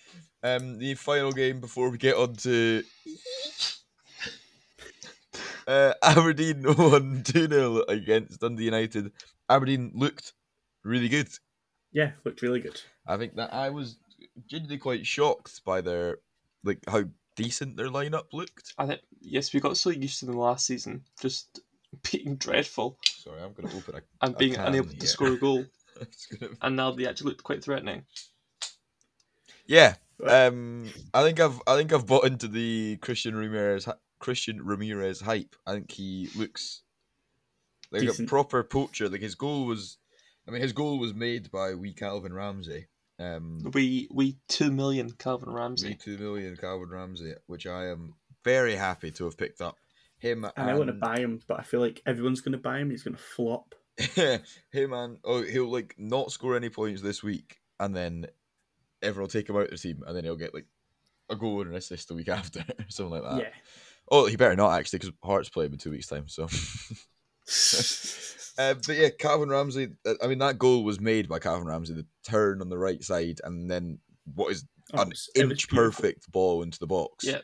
Speaker 1: Um, the final game before we get on to (laughs) uh, Aberdeen (laughs) won 2 0 against Dundee United. Aberdeen looked really good.
Speaker 3: Yeah, looked really good.
Speaker 1: I think that I was genuinely quite shocked by their, like, how decent their lineup looked.
Speaker 2: I think yes, we got so used to them last season just (laughs) being dreadful
Speaker 1: Sorry, I'm going to open a.
Speaker 2: and
Speaker 1: I
Speaker 2: being
Speaker 1: can,
Speaker 2: unable to
Speaker 1: yeah.
Speaker 2: score a goal,
Speaker 3: (laughs)
Speaker 1: I'm just gonna-
Speaker 2: and now they actually looked quite threatening.
Speaker 1: Yeah.
Speaker 3: Right.
Speaker 1: Um, I think I've I think I've bought into the Christian Ramirez Christian Ramirez hype. I think he looks like a
Speaker 3: Decent.
Speaker 1: proper poacher. Like his goal was, I mean, his goal was made by wee Calvin Ramsey. Um,
Speaker 2: We we two million Calvin
Speaker 1: me
Speaker 2: Ramsey.
Speaker 1: two million Calvin Ramsey, which I am very happy to have picked up. Him and,
Speaker 3: And I want to buy him, but I feel like everyone's going to buy him. He's going to flop.
Speaker 1: (laughs) him and oh, he'll like not score any points this week, and then everyone will take him out of the team, and then he'll get like a goal and an assist the week (laughs) after, something like that.
Speaker 3: yeah.
Speaker 1: Oh, he better not actually, because Hearts play him in two weeks' time. So, (laughs) (laughs) uh, but yeah, Calvin Ramsey. uh, I mean, that goal was made by Calvin Ramsey. The turn on the right side, and then what is
Speaker 3: Oh, it
Speaker 1: an
Speaker 3: was- it was
Speaker 1: inch
Speaker 3: beautiful.
Speaker 1: perfect ball into the box.
Speaker 2: Yeah.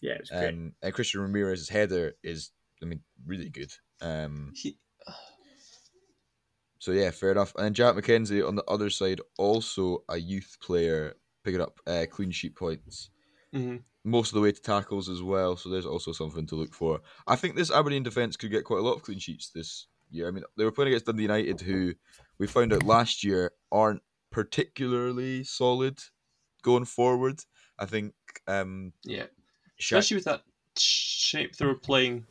Speaker 3: Yeah, it was great.
Speaker 1: Um, and Christian Ramirez's header is, I mean, really good. Um,
Speaker 2: He-
Speaker 1: so yeah, fair enough. And then Jack McKenzie on the other side, also a youth player, picking up uh, clean sheet points
Speaker 2: mhm.
Speaker 1: most of the way to tackles as well. So there's also something to look for. I think this Aberdeen defense could get quite a lot of clean sheets this year. I mean, they were playing against Dundee United, who we found out last year aren't particularly solid going forward. I think. Um,
Speaker 2: Yeah.
Speaker 1: Sha-
Speaker 2: Especially with that shape they were playing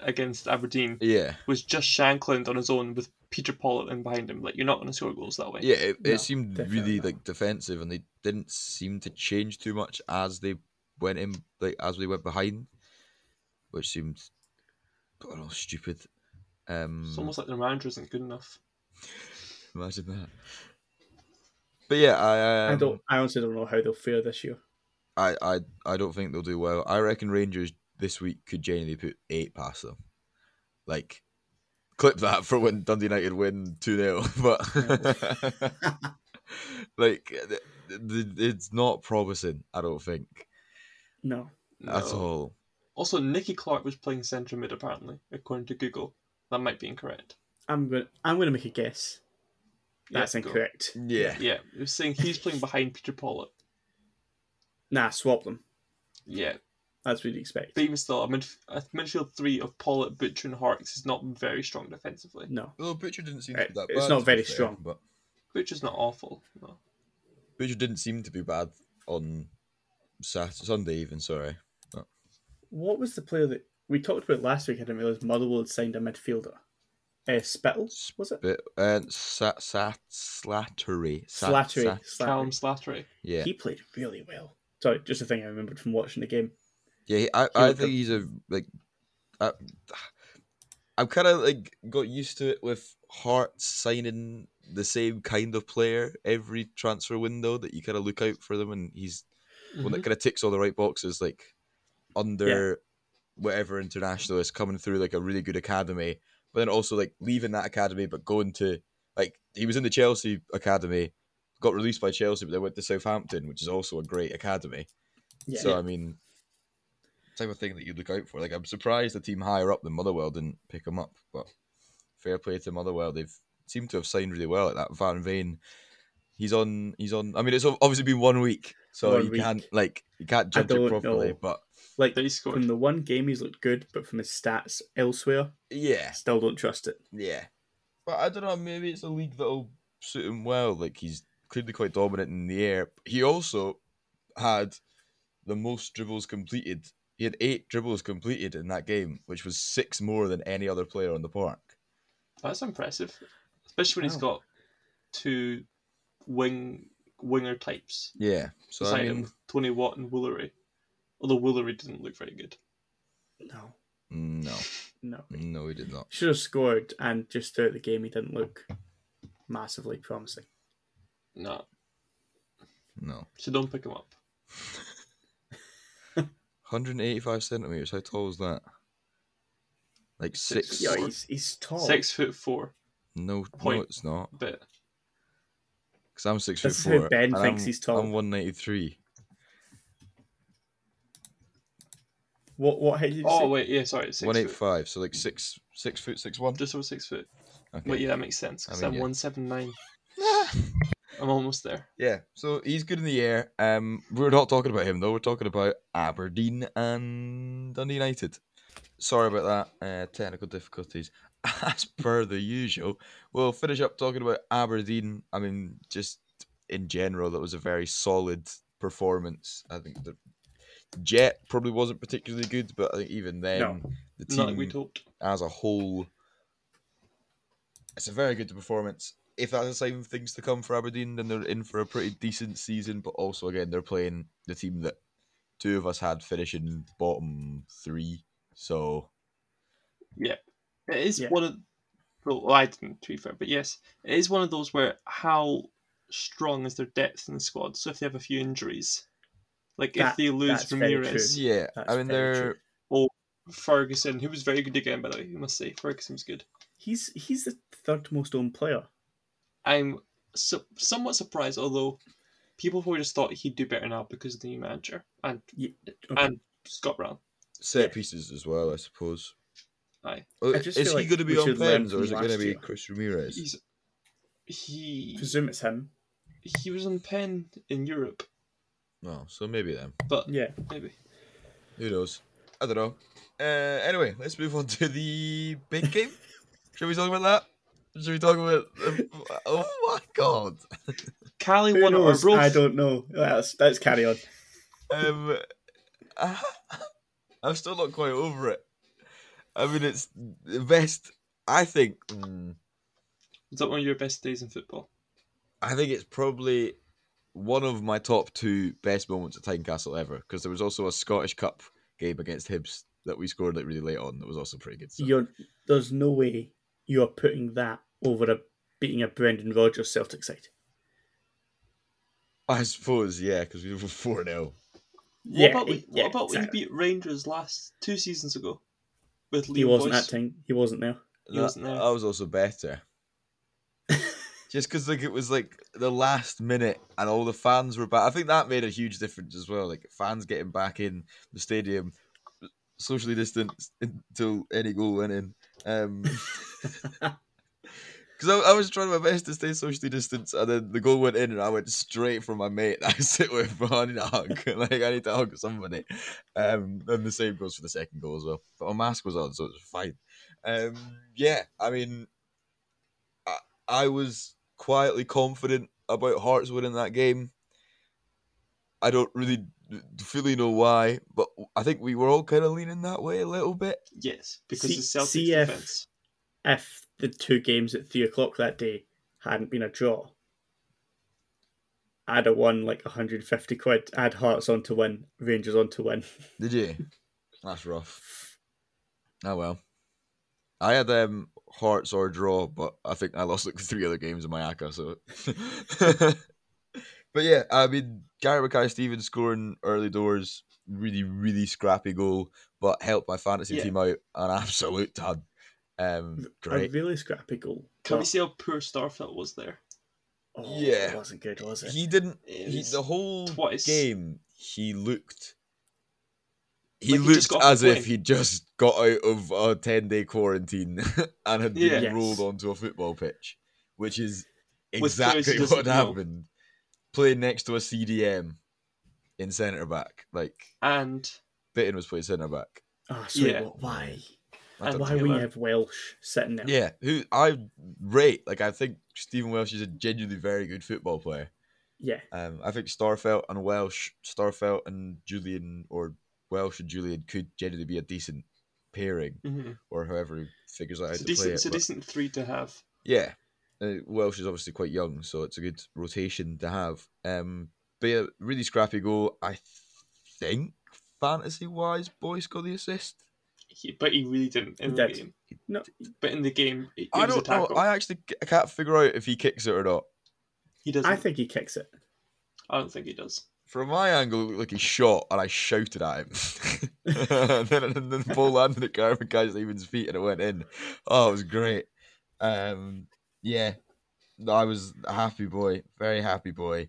Speaker 2: against Aberdeen
Speaker 1: yeah,
Speaker 2: was just Shankland on his own with Peter Pollitt in behind him. Like you're not going to score goals that way.
Speaker 1: yeah, it,
Speaker 3: No,
Speaker 1: it seemed
Speaker 3: definitely
Speaker 1: really
Speaker 3: not.
Speaker 1: like defensive, and they didn't seem to change too much as they went in, like as they went behind, which seemed, I don't know, stupid. Um,
Speaker 2: It's almost like their manager isn't good enough.
Speaker 1: Imagine that. But yeah, I um,
Speaker 3: I don't. I honestly don't know how they'll fare this year.
Speaker 1: I, I I don't think they'll do well. I reckon Rangers this week could genuinely put eight past them. Like, clip that for when Dundee United win two 0 (laughs) But like, th- th- it's not promising. I don't think
Speaker 3: No.
Speaker 1: at
Speaker 2: No.
Speaker 1: all.
Speaker 2: Also, Nicky Clark was playing centre mid apparently, according to Google. That might be incorrect.
Speaker 3: I'm going. to I'm going to make a guess.
Speaker 2: Yeah,
Speaker 3: That's
Speaker 2: go.
Speaker 3: incorrect.
Speaker 1: Yeah,
Speaker 2: Yeah, it was saying he's playing behind Peter Pollitt.
Speaker 3: Nah, swap them.
Speaker 2: Yeah,
Speaker 3: That's what you'd expect.
Speaker 2: but even still, a, midf- a uh, midfield three of Pollitt, Butcher, and Harks is not very strong defensively.
Speaker 3: No.
Speaker 1: Well, Butcher didn't seem
Speaker 3: to
Speaker 1: to
Speaker 3: be
Speaker 1: be
Speaker 3: that
Speaker 1: that
Speaker 3: Eh, It's bad, not to be very fair, strong.
Speaker 1: but
Speaker 2: Butcher's not awful. No.
Speaker 1: Butcher didn't seem to be bad on Saturday, Sunday even. Sorry,
Speaker 3: What was the player that we talked about last week? I didn't realize Motherwell had signed a midfielder. Uh, Spittles was it?
Speaker 1: but uh, Sat Sat Slattery Sat-
Speaker 3: Slattery.
Speaker 1: Sat-
Speaker 2: Callum
Speaker 3: Slattery.
Speaker 2: Slattery.
Speaker 1: yeah,
Speaker 3: He played really well. Sorry, just a thing I remembered from watching the game.
Speaker 1: Yeah, he- I, I
Speaker 3: looked
Speaker 1: think
Speaker 3: up-
Speaker 1: he's a like. I, I've kind of like got used to it with Hearts signing the same kind of player every transfer window that you kind of look out for them, and he's one
Speaker 2: Mm-hmm.
Speaker 1: that kind of ticks all the right boxes, like under whatever internationalist coming through like a really good academy, but then also like leaving that academy but going to Like he was in the Chelsea academy, got released by Chelsea, but they went to Southampton, which is also a great academy.
Speaker 3: Yeah.
Speaker 1: So I mean, type of thing that you'd look out for. Like I'm surprised the team higher up than Motherwell didn't pick him up, but fair play to Motherwell. They've seemed to have signed really well at that Van Veen. He's on. He's on. I mean, it's obviously been one week, so
Speaker 3: One
Speaker 1: you
Speaker 3: week.
Speaker 1: can't like you can't
Speaker 3: I
Speaker 1: judge it
Speaker 3: don't
Speaker 1: properly.
Speaker 3: know.
Speaker 1: But
Speaker 3: Like
Speaker 2: Mm-hmm. That he scored.
Speaker 3: from the one game he's looked good, but from his stats elsewhere,
Speaker 1: yeah,
Speaker 3: still don't trust it.
Speaker 1: Yeah. But I don't know, maybe it's a league that'll suit him well. Like he's clearly quite dominant in the air. He also had the most dribbles completed. He had eight dribbles completed in that game, which was six more than any other player on the park.
Speaker 2: That's impressive, especially when he's
Speaker 3: Wow.
Speaker 2: got two wing winger types
Speaker 1: Yeah. So I
Speaker 2: beside
Speaker 1: mean,
Speaker 2: him, Tony Watt and Woolery. Although Woolery didn't look very good.
Speaker 3: No,
Speaker 1: Mm, no,
Speaker 3: no.
Speaker 1: no, he did not.
Speaker 3: Should have scored, and just throughout the game, he didn't look massively promising.
Speaker 2: No,
Speaker 1: No.
Speaker 2: so don't pick him up.
Speaker 1: 185 centimeters. How tall is that? Like
Speaker 2: Six
Speaker 1: six.
Speaker 2: foot.
Speaker 3: Yeah, he's, he's tall.
Speaker 2: Six foot four,
Speaker 1: No, no,
Speaker 2: Point.
Speaker 1: it's not.
Speaker 2: but
Speaker 1: Because I'm six
Speaker 3: This
Speaker 1: foot
Speaker 3: is how
Speaker 1: four.
Speaker 3: Ben
Speaker 1: and
Speaker 3: thinks
Speaker 1: I'm-
Speaker 3: he's tall.
Speaker 1: I'm 193.
Speaker 3: What? What? How did you say?
Speaker 2: oh wait, yeah, sorry, it's six
Speaker 1: one eight
Speaker 2: foot.
Speaker 1: five, so like six six foot six one.
Speaker 2: Just over six foot.
Speaker 1: Okay. (laughs)
Speaker 2: But yeah, that makes sense because
Speaker 1: I mean,
Speaker 2: I'm
Speaker 1: yeah.
Speaker 2: one seven nine. I'm almost there.
Speaker 1: Yeah, so he's good in the air. Um, we're not talking about him though. We're talking about Aberdeen and Dundee United. Sorry about that. Uh, technical difficulties, (laughs) as per the usual. We'll finish up talking about Aberdeen. I mean, just in general, that was a very solid performance. I think the Jet probably wasn't particularly good, but I think even then,
Speaker 3: No.
Speaker 1: the team
Speaker 2: Not like we'd hoped.
Speaker 1: as a whole, it's a very good performance. If that's the same things to come for Aberdeen, then they're in for a pretty decent season. But also, again, they're playing the team that two of us had finishing bottom three. So
Speaker 2: It is
Speaker 3: Yeah.
Speaker 2: one of well, I didn't to be fair, but yes, it is one of those where how strong is their depth in the squad? So if they have a few injuries, like if
Speaker 3: That-
Speaker 2: they lose
Speaker 3: that's very
Speaker 2: Ramirez,
Speaker 1: yeah,
Speaker 3: That's
Speaker 1: I mean
Speaker 3: very
Speaker 1: they're
Speaker 3: true.
Speaker 2: Ferguson, who was very good again by the way, you must say Ferguson was good.
Speaker 3: He's he's the third most owned player.
Speaker 2: I'm su- somewhat surprised, although people probably just thought he'd do better now because of the new manager and
Speaker 3: Ye- okay.
Speaker 2: and Scott Brown.
Speaker 1: set
Speaker 3: yeah.
Speaker 1: pieces as well, I suppose.
Speaker 2: Aye.
Speaker 1: Well,
Speaker 3: I
Speaker 1: is
Speaker 3: just
Speaker 1: he
Speaker 3: feel like
Speaker 1: going to be
Speaker 3: we
Speaker 1: on
Speaker 3: should learn
Speaker 1: pens or
Speaker 3: from
Speaker 1: is it going to
Speaker 3: last
Speaker 1: be
Speaker 3: year.
Speaker 1: Chris Ramirez?
Speaker 2: He's he
Speaker 3: Presume it's him.
Speaker 2: he was on pen in Europe,
Speaker 1: No, so maybe then.
Speaker 2: but
Speaker 3: Yeah.
Speaker 2: maybe
Speaker 1: Who knows? I don't know. Uh, anyway, let's move on to the big game. Should we talk about that? Should we talk about? oh my god!
Speaker 2: Cali
Speaker 3: Who
Speaker 2: won or
Speaker 3: knows?
Speaker 2: both.
Speaker 3: I don't know. Let's, let's carry on.
Speaker 1: Um, (laughs) I'm still not quite over it. I mean, it's the best. I think. mm,
Speaker 2: Is that one of your best days in football?
Speaker 1: I think it's probably one of my top two best moments at Tynecastle ever because there was also a Scottish Cup game against Hibs that we scored like really late on that was also pretty good. So.
Speaker 3: You're there's no way you are putting that over a beating a Brendan Rodgers Celtic side.
Speaker 1: I suppose, yeah, because we were four 0
Speaker 2: What
Speaker 3: Yeah,
Speaker 2: about, we,
Speaker 3: it- yeah,
Speaker 2: what about
Speaker 3: exactly.
Speaker 2: we beat Rangers last two seasons ago with Liam
Speaker 3: He wasn't
Speaker 2: Boyce?
Speaker 3: that time. He wasn't there.
Speaker 2: He
Speaker 1: That-
Speaker 2: wasn't there.
Speaker 1: I was also better. Just because like it was like the last minute and all the fans were back. I think that made a huge difference as well. Like fans getting back in the stadium, socially distanced until any goal went in. Um, because I, I was trying my best to stay socially distanced, and then the goal went in, and I went straight for my mate that I sit with. But I need a hug. (laughs) like I need to hug somebody. Um, and the same goes for the second goal as well. But my mask was on, so it was fine. Um, yeah, I mean, I, I was quietly confident about Hearts winning that game. I don't really fully know why, but I think we were all kind of leaning that way a little bit.
Speaker 2: Yes, because
Speaker 3: C-
Speaker 2: the Celtics
Speaker 3: CF.
Speaker 2: defense.
Speaker 3: If the two games at three o'clock that day hadn't been a draw, I'd have won like 150 quid. I'd Hearts on to win, Rangers on to win. (laughs)
Speaker 1: Did you? That's rough. Oh well. I had um hearts or draw, but I think I lost like (laughs) three other games in my ACCA, so (laughs) But yeah, I mean Gary Mackay Stevens scoring early doors, really, really scrappy goal, but helped my fantasy
Speaker 2: Yeah.
Speaker 1: (laughs) team out an absolute ton. Um
Speaker 3: A
Speaker 1: great.
Speaker 3: really scrappy goal.
Speaker 2: Can we
Speaker 3: Well-
Speaker 2: see how poor Starfelt was there?
Speaker 3: Oh,
Speaker 1: Yeah.
Speaker 3: it wasn't good, was it?
Speaker 1: He didn't.
Speaker 2: It
Speaker 1: He,
Speaker 2: was
Speaker 1: the whole
Speaker 2: twice.
Speaker 1: game, he looked. He
Speaker 2: Like he
Speaker 1: looked
Speaker 2: just got off
Speaker 1: as
Speaker 2: the
Speaker 1: if
Speaker 2: plane.
Speaker 1: he just got out of a ten-day quarantine (laughs) and had been
Speaker 2: Yeah.
Speaker 1: rolled onto a football pitch, which is
Speaker 2: With players he
Speaker 1: exactly
Speaker 2: doesn't
Speaker 1: what
Speaker 2: know.
Speaker 1: happened. Playing next to a CDM in centre back, like
Speaker 2: And
Speaker 1: Bitten was playing centre back.
Speaker 3: Oh, sorry,
Speaker 2: Yeah.
Speaker 3: what, why?
Speaker 1: I
Speaker 2: And
Speaker 1: don't
Speaker 3: Why
Speaker 2: Taylor.
Speaker 3: we have Welsh sitting there?
Speaker 1: Yeah, who I rate like I think Stephen Welsh is a genuinely very good football player.
Speaker 3: Yeah.
Speaker 1: Um, I think Starfelt and Welsh, Starfelt and Julian or Welsh and Julian could generally be a decent pairing
Speaker 2: mhm.
Speaker 1: or however he figures out how
Speaker 2: it's, a
Speaker 1: to
Speaker 2: decent,
Speaker 1: play
Speaker 2: it's
Speaker 1: it.
Speaker 2: a
Speaker 1: but-
Speaker 2: decent three to have.
Speaker 1: yeah, uh, Welsh is obviously quite young, so it's a good rotation to have. Um, but yeah, really scrappy goal. I think fantasy wise, Boyce got the assist.
Speaker 2: He, but he really didn't in
Speaker 3: He
Speaker 2: the
Speaker 3: did.
Speaker 2: game.
Speaker 3: No.
Speaker 2: But in the game, it, it
Speaker 1: I
Speaker 2: was a
Speaker 1: don't know.
Speaker 2: tackle.
Speaker 1: I actually c- I can't figure out if he kicks it or not.
Speaker 2: He doesn't.
Speaker 3: I
Speaker 2: I,
Speaker 3: think he kicks it.
Speaker 2: don't think he does.
Speaker 1: From my angle, it looked like he shot, and I shouted at him. (laughs) and then, and then the ball landed at Garvin Guy Stevens' feet, and it went in. Oh, it was great. Um, yeah, I was a happy boy, very happy boy.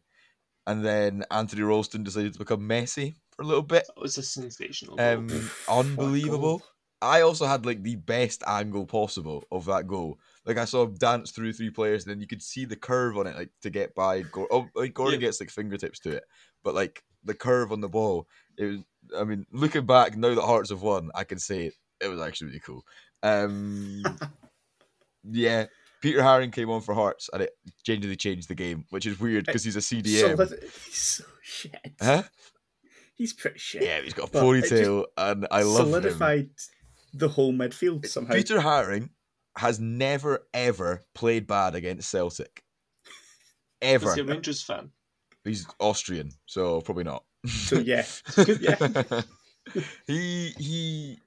Speaker 1: And then Anthony Ralston decided to become messy for a little bit.
Speaker 2: That was a sensational goal.
Speaker 1: Um, unbelievable. I also had like the best angle possible of that goal. Like I saw him dance through three players, and then you could see the curve on it, like to get by. Gor- oh, like Gordon
Speaker 2: Yeah.
Speaker 1: gets like fingertips to it, but like the curve on the ball, it was. I mean, looking back now that Hearts have won, I can say it, it was actually really cool. Um, yeah, Peter Haring came on for Hearts, and it genuinely changed the game, which is weird because he's a
Speaker 3: So,
Speaker 1: CDM.
Speaker 3: but he's so shit.
Speaker 1: huh?
Speaker 3: He's pretty shit.
Speaker 1: Uh, Yeah, he's got a
Speaker 3: Well, it just
Speaker 1: ponytail, and I love him.
Speaker 3: solidified the whole midfield somehow.
Speaker 1: Peter Haring has never ever played bad against
Speaker 3: (laughs)
Speaker 1: Celtic.
Speaker 2: Was
Speaker 1: Ever.
Speaker 2: he a Rangers fan?
Speaker 1: He's Austrian, so probably not. (laughs)
Speaker 3: So yeah, Good- yeah.
Speaker 1: he he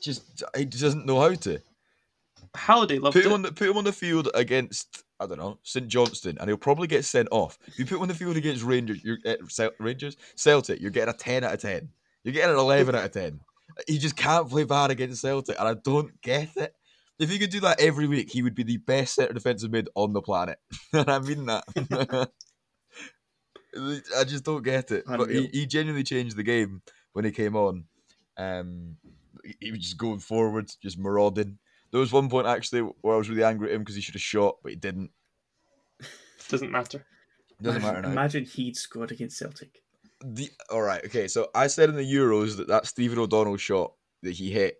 Speaker 1: just he doesn't know how to.
Speaker 2: Halliday loved
Speaker 1: Put
Speaker 2: it.
Speaker 1: him on the put him on the field against I don't know St Johnston, and he'll probably get sent off. You put him on the field against Rangers, you're uh, Cel- Rangers Celtic, you're getting a ten out of ten. You're getting an eleven out of ten. He just can't play bad against Celtic, and I don't get it. If he could do that every week, he would be the best centre defensive mid on the planet, (laughs) and I mean that. (laughs) I just don't get it. But he,
Speaker 3: Unreal.
Speaker 1: he genuinely changed the game when he came on. Um, he- he was just going forward, just marauding. There was one point actually where I was really angry at him because he should have shot, but he didn't.
Speaker 2: Doesn't matter.
Speaker 3: (laughs)
Speaker 1: Doesn't
Speaker 3: imagine,
Speaker 1: matter now.
Speaker 3: imagine he'd scored against Celtic.
Speaker 1: The, all right, okay. So I said in the Euros that that Stephen O'Donnell shot that he hit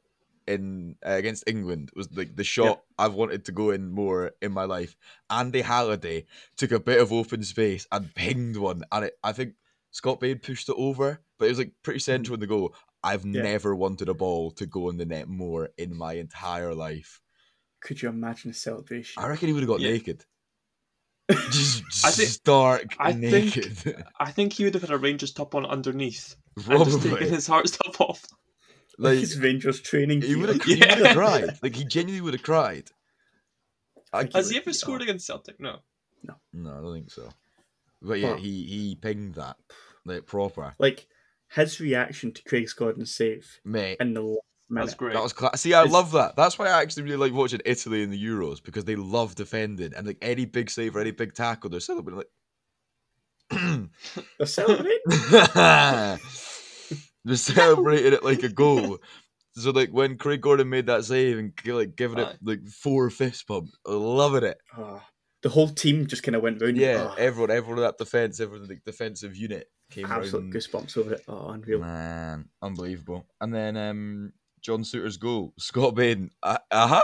Speaker 1: in uh, against England was like the shot I've wanted to go in more in my life. Andy Halliday took a bit of open space and pinged one, and it, I think Scott Bain pushed it over, but it was like pretty
Speaker 2: Mm-hmm.
Speaker 1: central in the goal. I've
Speaker 3: Yeah.
Speaker 1: never wanted a ball to go in the net more in my entire life.
Speaker 3: Could you imagine a celebration?
Speaker 1: I reckon he would have got
Speaker 2: Yeah. (laughs)
Speaker 1: naked. Just
Speaker 2: I thi-
Speaker 1: stark
Speaker 2: I think-
Speaker 1: naked.
Speaker 2: I think he would have had a Rangers top on underneath and just
Speaker 1: (laughs)
Speaker 2: taken
Speaker 1: Probably.
Speaker 2: his heart's (laughs) top off.
Speaker 3: like,
Speaker 1: Like,
Speaker 3: his Rangers training.
Speaker 1: he would have
Speaker 3: gear.
Speaker 2: Yeah.
Speaker 1: cried. Like he genuinely would have cried. I
Speaker 3: Like,
Speaker 2: Has
Speaker 3: would-
Speaker 2: he ever scored
Speaker 3: oh.
Speaker 2: against Celtic? No.
Speaker 1: No, I don't think so. But yeah,
Speaker 3: But-
Speaker 1: he he pinged that like proper
Speaker 3: (laughs) Like his reaction to Craig Gordon's save
Speaker 1: mate.
Speaker 3: in the last
Speaker 2: That's
Speaker 3: minute.
Speaker 2: great.
Speaker 1: That was class. See, I
Speaker 3: It's-
Speaker 1: love that. That's why I actually really like watching Italy in the Euros because they love defending and like any big save or any big tackle, they're celebrating like. (clears throat)
Speaker 3: They're celebrating.
Speaker 1: (laughs) They're celebrating it like a goal. So like when Craig Gordon made that save and g- like giving
Speaker 2: Aye.
Speaker 1: it like four fist pumps, loving it.
Speaker 3: Ah, the whole team just kind of went round.
Speaker 1: Yeah,
Speaker 3: Ah,
Speaker 1: everyone, everyone in that defense, everyone in the defensive unit came
Speaker 3: absolute
Speaker 1: round.
Speaker 3: goosebumps over it. Oh, unreal.
Speaker 1: Man, unbelievable. And then um, John Suter's goal, (laughs) Scott Bain. Uh huh.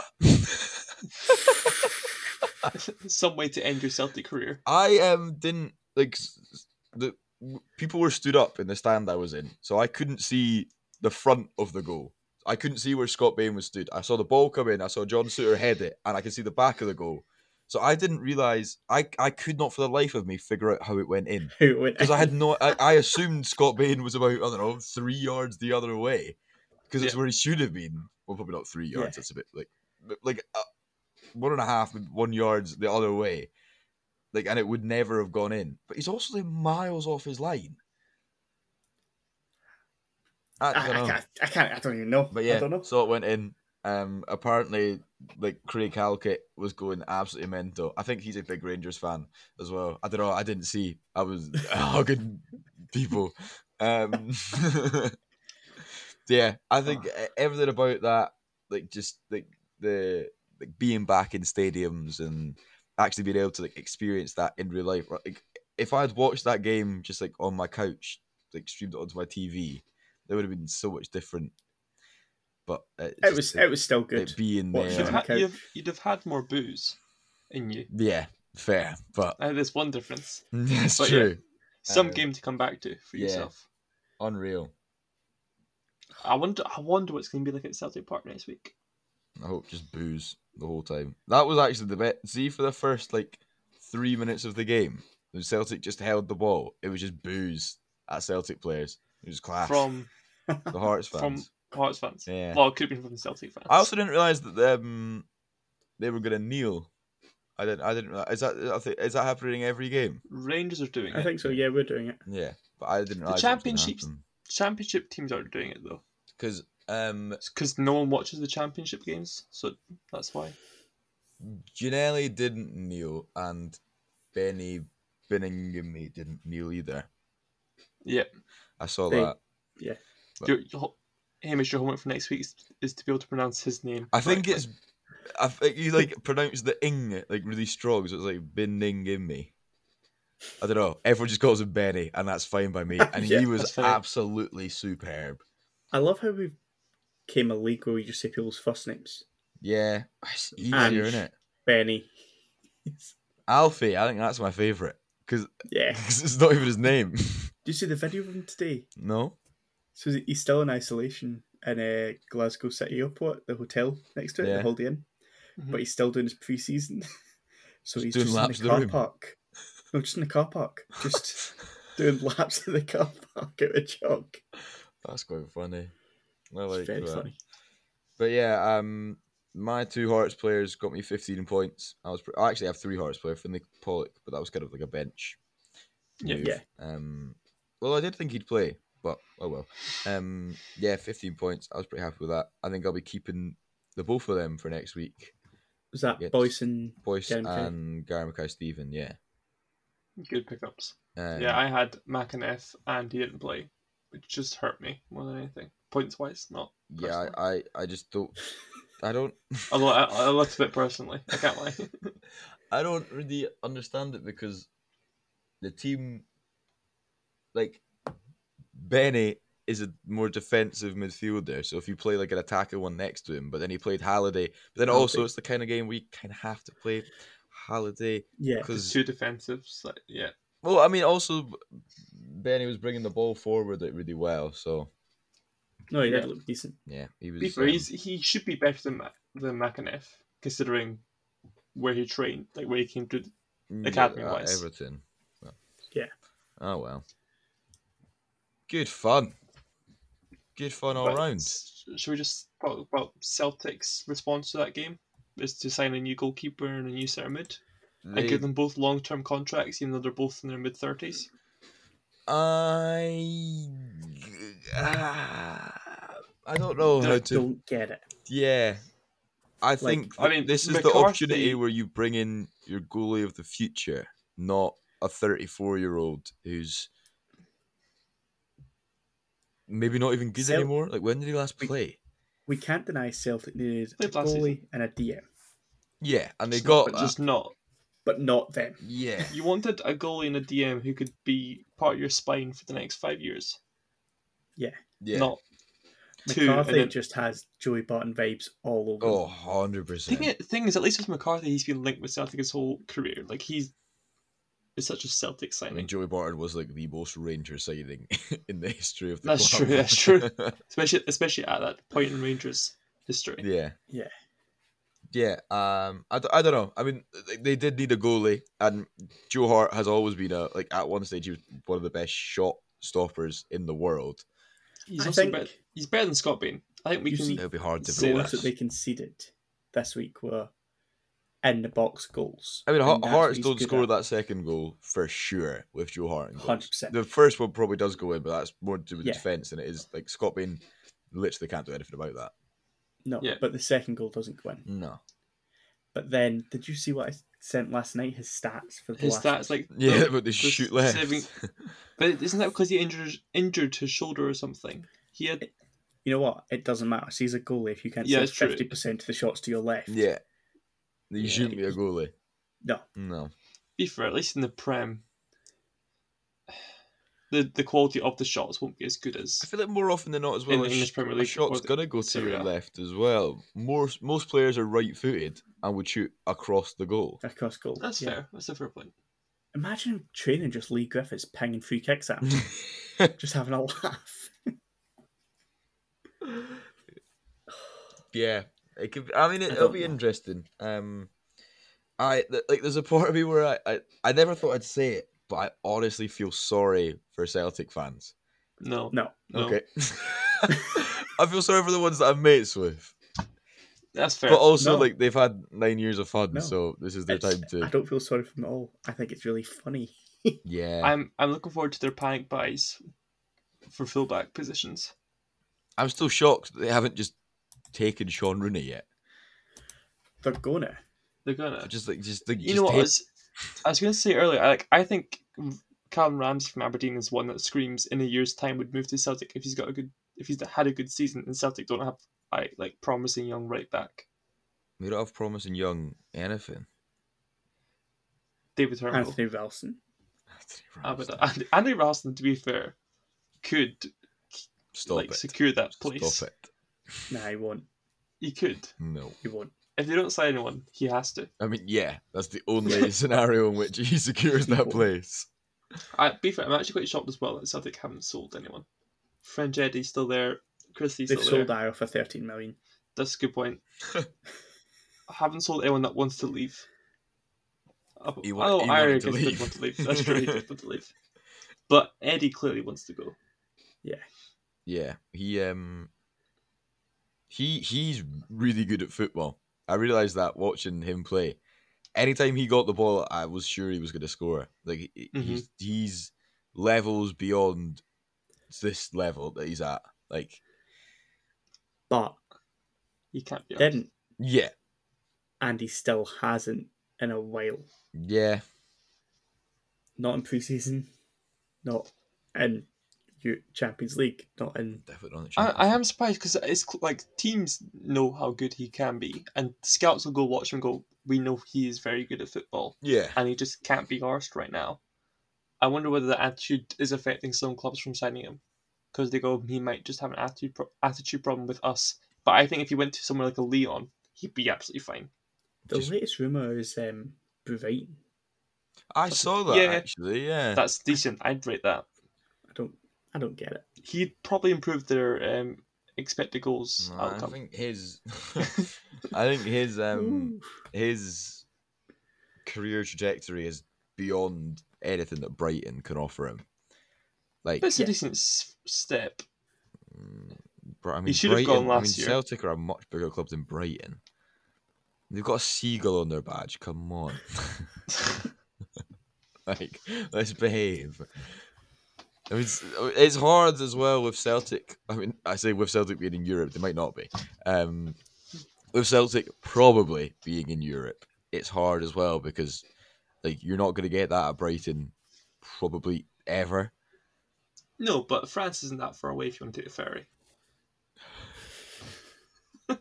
Speaker 2: Some way to end your Celtic career.
Speaker 1: I um didn't like s- s- the w- people were stood up in the stand I was in, so I couldn't see the front of the goal. I couldn't see where Scott Bain was stood. I saw the ball come in, I saw John Suter head it, and I could see the back of the goal. So I didn't realize I I could not for the life of me figure out how it went in
Speaker 3: Who (laughs) it went?
Speaker 1: because
Speaker 3: (laughs)
Speaker 1: I had no I, I assumed Scott Bain was about I don't know three yards the other way because it's
Speaker 2: Yeah.
Speaker 1: where he should have been. Well, probably not three
Speaker 3: Yeah.
Speaker 1: yards. That's a bit like but, like uh, one and a half, maybe one yards the other way. Like, and it would never have gone in. But he's also like miles off his line. I,
Speaker 3: I, I,
Speaker 1: don't know.
Speaker 3: can't, I can't. I don't even know.
Speaker 1: But yeah,
Speaker 3: I don't know.
Speaker 1: so it went in. Um, apparently, like Craig Halkett was going absolutely mental. I think he's a big Rangers fan as well. I don't know. I didn't see. I was (laughs) hugging people. Um, (laughs) yeah, I think
Speaker 3: Ah.
Speaker 1: e- everything about that, like just like the like being back in stadiums and actually being able to like experience that in real life. Like if I had watched that game just like on my couch, like streamed it onto my TV, that would have been so much different. But uh,
Speaker 3: It
Speaker 1: just
Speaker 3: was
Speaker 1: the-
Speaker 3: it was still good.
Speaker 1: it being
Speaker 3: Watch
Speaker 1: there.
Speaker 2: You'd,
Speaker 3: it.
Speaker 2: ha-
Speaker 3: Okay.
Speaker 2: you've, you'd have had more booze in you.
Speaker 1: Yeah, fair, but (laughs)
Speaker 2: Uh, there's one difference.
Speaker 1: that's
Speaker 2: But yeah.
Speaker 1: true.
Speaker 2: Some
Speaker 1: Um,
Speaker 2: game to come back to for
Speaker 1: yeah.
Speaker 2: yourself.
Speaker 1: Unreal.
Speaker 2: I wonder. I wonder what's going to be like at Celtic Park next week.
Speaker 1: I hope just booze the whole time. That was actually the bet. See, for the first like three minutes of the game, the Celtic just held the ball. It was just booze at Celtic players. It was class.
Speaker 2: From
Speaker 1: the Hearts fans.
Speaker 2: from Hearts fans.
Speaker 1: Ah. Yeah.
Speaker 2: Well, it could have been from Celtic fans.
Speaker 1: I also didn't realize that um, they were gonna kneel. I didn't. I didn't. reali- Is that I think- is that happening every game?
Speaker 2: Rangers are doing
Speaker 3: I
Speaker 2: it.
Speaker 3: think so. Yeah, we're doing it.
Speaker 1: Yeah, but I didn't. realize
Speaker 2: Championship's- Championship teams aren't doing it though,
Speaker 1: because um
Speaker 2: because no one watches the Championship games, so that's why.
Speaker 1: Ginelli didn't kneel, and Benny Binningham didn't kneel either.
Speaker 2: Yep.
Speaker 1: I saw
Speaker 3: They-
Speaker 1: that. But-
Speaker 2: Your, your, ho- Hamish, your homework for next week is, is to be able to pronounce his name.
Speaker 1: I think
Speaker 2: correctly.
Speaker 1: it's. I think you like pronounce the ing like really strong, so it's like Binningham. I don't know. Everyone just calls him Benny, and that's fine by me.
Speaker 2: (laughs)
Speaker 1: And
Speaker 3: Yeah,
Speaker 1: he was
Speaker 2: that's fine.
Speaker 1: absolutely superb.
Speaker 3: I love how we came a league where we just say people's first names.
Speaker 1: Yeah, it's
Speaker 3: And-
Speaker 1: easier, is it?
Speaker 3: Benny. (laughs)
Speaker 1: Alfie, I think that's my favorite (laughs)
Speaker 3: yeah.
Speaker 1: because it's not even his name. (laughs)
Speaker 3: Do you see the video of him today?
Speaker 1: no,
Speaker 3: So he's still in isolation in uh, Glasgow City Airport, the hotel next to it,
Speaker 1: Yeah.
Speaker 3: the Holiday Inn.
Speaker 2: Mhm.
Speaker 3: But he's still doing his pre-season. (laughs) so
Speaker 1: Just
Speaker 3: he's
Speaker 1: doing
Speaker 3: just
Speaker 1: laps of the
Speaker 3: in the car
Speaker 1: room.
Speaker 3: park. No, just in the car park. Just
Speaker 1: (laughs)
Speaker 3: doing laps in the car park at a jog.
Speaker 1: that's quite funny. I
Speaker 3: It's
Speaker 1: like
Speaker 3: very
Speaker 1: that.
Speaker 3: funny.
Speaker 1: But yeah, um, my two Hearts players got me 15 points. I was pr I actually have three Hearts player, Finley Pollock, but that was kind of like a bench.
Speaker 2: Yeah.
Speaker 1: move.
Speaker 3: Yeah.
Speaker 1: Um, well, I did think he'd play, but oh well. Um, yeah, 15 points. I was pretty happy with that. I think I'll be keeping the both of them for next week.
Speaker 3: Was that
Speaker 1: Yes.
Speaker 3: Boyce and
Speaker 1: Boyce
Speaker 3: Gary McKay.
Speaker 1: and Gary Mackay Stephen, yeah.
Speaker 2: good pickups.
Speaker 1: Um,
Speaker 2: Yeah, I had McInnes and he didn't play, which just hurt me more than anything. Points wise, not.
Speaker 1: yeah, I, I, I just don't. I don't.
Speaker 2: (laughs) Although I, I looked a bit personally, I can't lie.
Speaker 1: (laughs) I don't really understand it because the team, like Benny, is a more defensive midfielder. So if you play like an attacker one next to him, but then he played Halliday, but then also
Speaker 3: Halliday.
Speaker 1: it's the kind of game where you kind of have to play Halliday
Speaker 2: (laughs)
Speaker 3: Yeah.
Speaker 1: because
Speaker 2: Two defensives, like, yeah.
Speaker 1: well, I mean, also Benny was bringing the ball forward like really well. So
Speaker 3: No, he
Speaker 2: Yeah.
Speaker 3: did look decent.
Speaker 1: yeah, he was.
Speaker 2: Be fair,
Speaker 1: um,
Speaker 2: he's, he should be better than Ma- than McInnes, considering where he trained, like where he came to.
Speaker 1: Mm, yeah,
Speaker 2: academy-wise.
Speaker 1: at Everton. Well,
Speaker 3: Yeah.
Speaker 1: Oh well. Good fun. Good fun all
Speaker 2: But
Speaker 1: round.
Speaker 2: s- Should we just talk about Celtic's response to that game? Is to sign a new goalkeeper and a new centre mid, and
Speaker 1: They-
Speaker 2: give them both long term contracts, even though they're both in their mid thirties.
Speaker 1: I Ah, I don't know how
Speaker 2: Don't-
Speaker 1: to.
Speaker 3: Don't get it.
Speaker 1: Yeah, I think
Speaker 2: I
Speaker 1: th-
Speaker 2: mean,
Speaker 1: this is the
Speaker 2: McCarthy-
Speaker 1: opportunity where you bring in your goalie of the future, not a 34 year old who's maybe not even good
Speaker 3: Cel-
Speaker 1: anymore. Like when did he last
Speaker 3: We-
Speaker 1: play?
Speaker 3: We can't deny Celtic needed a
Speaker 2: Played last season.
Speaker 3: goalie and a DM,
Speaker 1: Yeah, and they
Speaker 2: Just-
Speaker 1: got
Speaker 2: but
Speaker 1: that.
Speaker 2: just not.
Speaker 3: but not them.
Speaker 1: yeah.
Speaker 2: You wanted a goalie and a DM who could be part of your spine for the next five years,
Speaker 1: Yeah.
Speaker 2: not two. and
Speaker 3: McCarthy
Speaker 2: then-
Speaker 3: just has Joey Barton vibes all over. him.
Speaker 1: oh, 100%.
Speaker 2: thing, i- thing is, at least with McCarthy, he's been linked with Celtic his whole career. Like he's is such a
Speaker 1: I
Speaker 2: Celtic
Speaker 1: mean,
Speaker 2: signing,
Speaker 1: Joey Barton was like the most Ranger signing (laughs) in the history of the
Speaker 2: That's
Speaker 1: club.
Speaker 2: true, that's true. especially especially at that point in Rangers history.
Speaker 1: (laughs) yeah.
Speaker 3: Yeah.
Speaker 1: Yeah. Um. I, d- I don't know. I mean, th- they did need a goalie, and Joe Hart has always been a like at one stage he was one of the best shot stoppers in the world.
Speaker 2: He's
Speaker 3: I
Speaker 2: also
Speaker 3: think-
Speaker 2: better, he's better than Scott Bain. I think we
Speaker 3: You
Speaker 2: can.
Speaker 3: see-
Speaker 1: It'll be hard to
Speaker 3: The goals
Speaker 1: progress.
Speaker 3: that they conceded this week were in the box goals.
Speaker 1: I mean, Har- Hearts don't score that second goal for sure with Joe Hart. in goal.
Speaker 3: Hundred percent.
Speaker 1: The first one probably does go in, but that's more to do with
Speaker 3: Yeah.
Speaker 1: defense than it is like Scott Bain. Literally can't do anything about that.
Speaker 3: No,
Speaker 2: Yeah.
Speaker 3: but the second goal doesn't go in.
Speaker 1: No.
Speaker 3: But then, did you see what I sent last night? His stats for the
Speaker 2: His
Speaker 3: last
Speaker 2: stats like
Speaker 1: Yeah,
Speaker 2: the-
Speaker 1: (laughs) but they
Speaker 2: the
Speaker 1: shoot left.
Speaker 2: saving- but isn't that because he injured injured his shoulder or something? He had
Speaker 3: You know what? It doesn't matter. See, as a goalie, if you can't
Speaker 2: Yeah,
Speaker 3: yeah,
Speaker 2: it's true.
Speaker 3: fifty percent of the shots to your left,
Speaker 1: (laughs) yeah. You
Speaker 2: Yeah.
Speaker 1: shouldn't be a goalie.
Speaker 3: No.
Speaker 1: No.
Speaker 2: be fair, at least in the Prem, (sighs) the the quality of the shots won't be as good as
Speaker 1: I feel like more often than not as well,
Speaker 2: In
Speaker 1: a,
Speaker 2: the English
Speaker 1: sh-
Speaker 2: Premier
Speaker 1: a
Speaker 2: League
Speaker 1: shot's
Speaker 2: or the
Speaker 1: going to go to
Speaker 2: Serie
Speaker 1: your
Speaker 2: A.
Speaker 1: left as well. Most, most players are right footed and would shoot across the goal.
Speaker 3: across goal.
Speaker 2: That's
Speaker 3: Yeah.
Speaker 2: fair. That's a fair point.
Speaker 3: Imagine him training just Lee Griffiths pinging free kicks at him,
Speaker 1: (laughs)
Speaker 3: just having a laugh.
Speaker 1: (laughs) Yeah, it could. I mean, it,
Speaker 3: I
Speaker 1: it'll
Speaker 3: don't
Speaker 1: be
Speaker 3: know.
Speaker 1: interesting. Um, I th- like. There's a part of me where I, I, I never thought I'd say it, but I honestly feel sorry for Celtic fans.
Speaker 2: No,
Speaker 3: No,
Speaker 2: no, (laughs)
Speaker 1: Okay, I feel sorry for the ones that I'm mates with,
Speaker 2: that's fair.
Speaker 1: but also
Speaker 3: No.
Speaker 1: like they've had nine years of fun,
Speaker 3: No.
Speaker 1: so this is their
Speaker 3: it's-
Speaker 1: time to.
Speaker 3: I don't feel sorry for him at all. I think it's really funny.
Speaker 1: Yeah, I'm,
Speaker 2: I'm I'm looking forward to their panic buys for fullback positions.
Speaker 1: still shocked that they haven't just taken Sean Rooney yet.
Speaker 3: They're gonna.
Speaker 2: They're gonna.
Speaker 1: Just like, just like,
Speaker 2: you
Speaker 1: just
Speaker 2: know what? I
Speaker 1: take-
Speaker 2: was, I was gonna say earlier. I- Like I think Callum Ramsey from Aberdeen is one that screams in a year's time would move to Celtic if he's got a good if he's had a good season and Celtic don't have I like promising young right back
Speaker 1: we don't have promising young anything. (laughs)
Speaker 2: David Turnbull.
Speaker 3: Anthony Velson.
Speaker 2: Ah, but Andy, Andy Ralston, to be fair, could
Speaker 1: Stop
Speaker 2: like
Speaker 1: it!
Speaker 2: secure that place.
Speaker 1: Stop it!
Speaker 3: Nah, he won't.
Speaker 2: He could.
Speaker 1: No.
Speaker 3: He won't.
Speaker 2: If they don't sign anyone, he has to.
Speaker 1: I mean, yeah, that's the only (laughs) scenario in which he secures that
Speaker 2: (laughs)
Speaker 3: People.
Speaker 1: place.
Speaker 2: I, be fair, I'm actually quite shocked as well that Celtic haven't sold anyone. French Eddie's still there. Christie's
Speaker 3: They've
Speaker 2: still
Speaker 3: sold
Speaker 2: there.
Speaker 3: Io for thirteen million.
Speaker 2: That's a
Speaker 1: (laughs)
Speaker 2: good point. I haven't sold anyone that wants to leave. I,
Speaker 1: He wa-
Speaker 2: oh,
Speaker 1: he
Speaker 2: I
Speaker 1: wanted to
Speaker 2: guess did
Speaker 1: leave.
Speaker 2: want to leave. That's true, he did want to leave. But Eddie clearly wants to go.
Speaker 1: Yeah, he um, he he's really good at football. I realized that watching him play. Anytime he got the ball, I was sure he was going to score. Like he- he-
Speaker 2: Mhm.
Speaker 1: he's he's levels beyond this level that he's at. Like
Speaker 3: But
Speaker 2: He can't be. arsed.
Speaker 3: didn't
Speaker 1: yeah,
Speaker 3: and he still hasn't in a while.
Speaker 1: yeah,
Speaker 3: Not in preseason. Not in Eu- Champions League. Not in
Speaker 1: definitely on the
Speaker 2: I, I
Speaker 1: Champions
Speaker 2: am surprised because it's cl- like teams know how good he can be, and scouts will go watch him. and Go, we know he is very good at football,
Speaker 1: League. Yeah,
Speaker 2: and he just can't be arsed right now. I wonder whether that attitude is affecting some clubs from signing him, because they go he might just have an attitude pro- attitude problem with us. But I think if he went to somewhere like a Leon, he'd be absolutely fine.
Speaker 3: the
Speaker 1: Just-
Speaker 3: latest rumor is um Brighton.
Speaker 1: I saw that
Speaker 2: Yeah.
Speaker 1: actually. Yeah,
Speaker 2: That's decent. I'd rate that.
Speaker 3: I don't. I don't get it.
Speaker 2: He'd probably improve their um, expected goals
Speaker 1: No, I
Speaker 2: outcome.
Speaker 1: think
Speaker 2: (laughs)
Speaker 1: his, (laughs) I think his um.
Speaker 3: Ooh.
Speaker 1: his career trajectory is beyond anything that Brighton can offer him. Like,
Speaker 2: That's a
Speaker 3: yeah.
Speaker 2: decent s- step.
Speaker 1: mm, Br- I mean,
Speaker 2: should have
Speaker 1: Brighton,
Speaker 2: gone
Speaker 1: I mean,
Speaker 2: last year.
Speaker 1: Celtic are a much bigger club than Brighton. They've got a seagull on their badge. Come on, (laughs) like, let's behave. I mean, it's, it's hard as well with Celtic. I mean, I say with Celtic being in Europe, they might not be. Um, with Celtic probably being in Europe, it's hard as well because like you're not going to get that at Brighton probably ever.
Speaker 2: No, but France isn't that far away if you want to take a ferry. (laughs)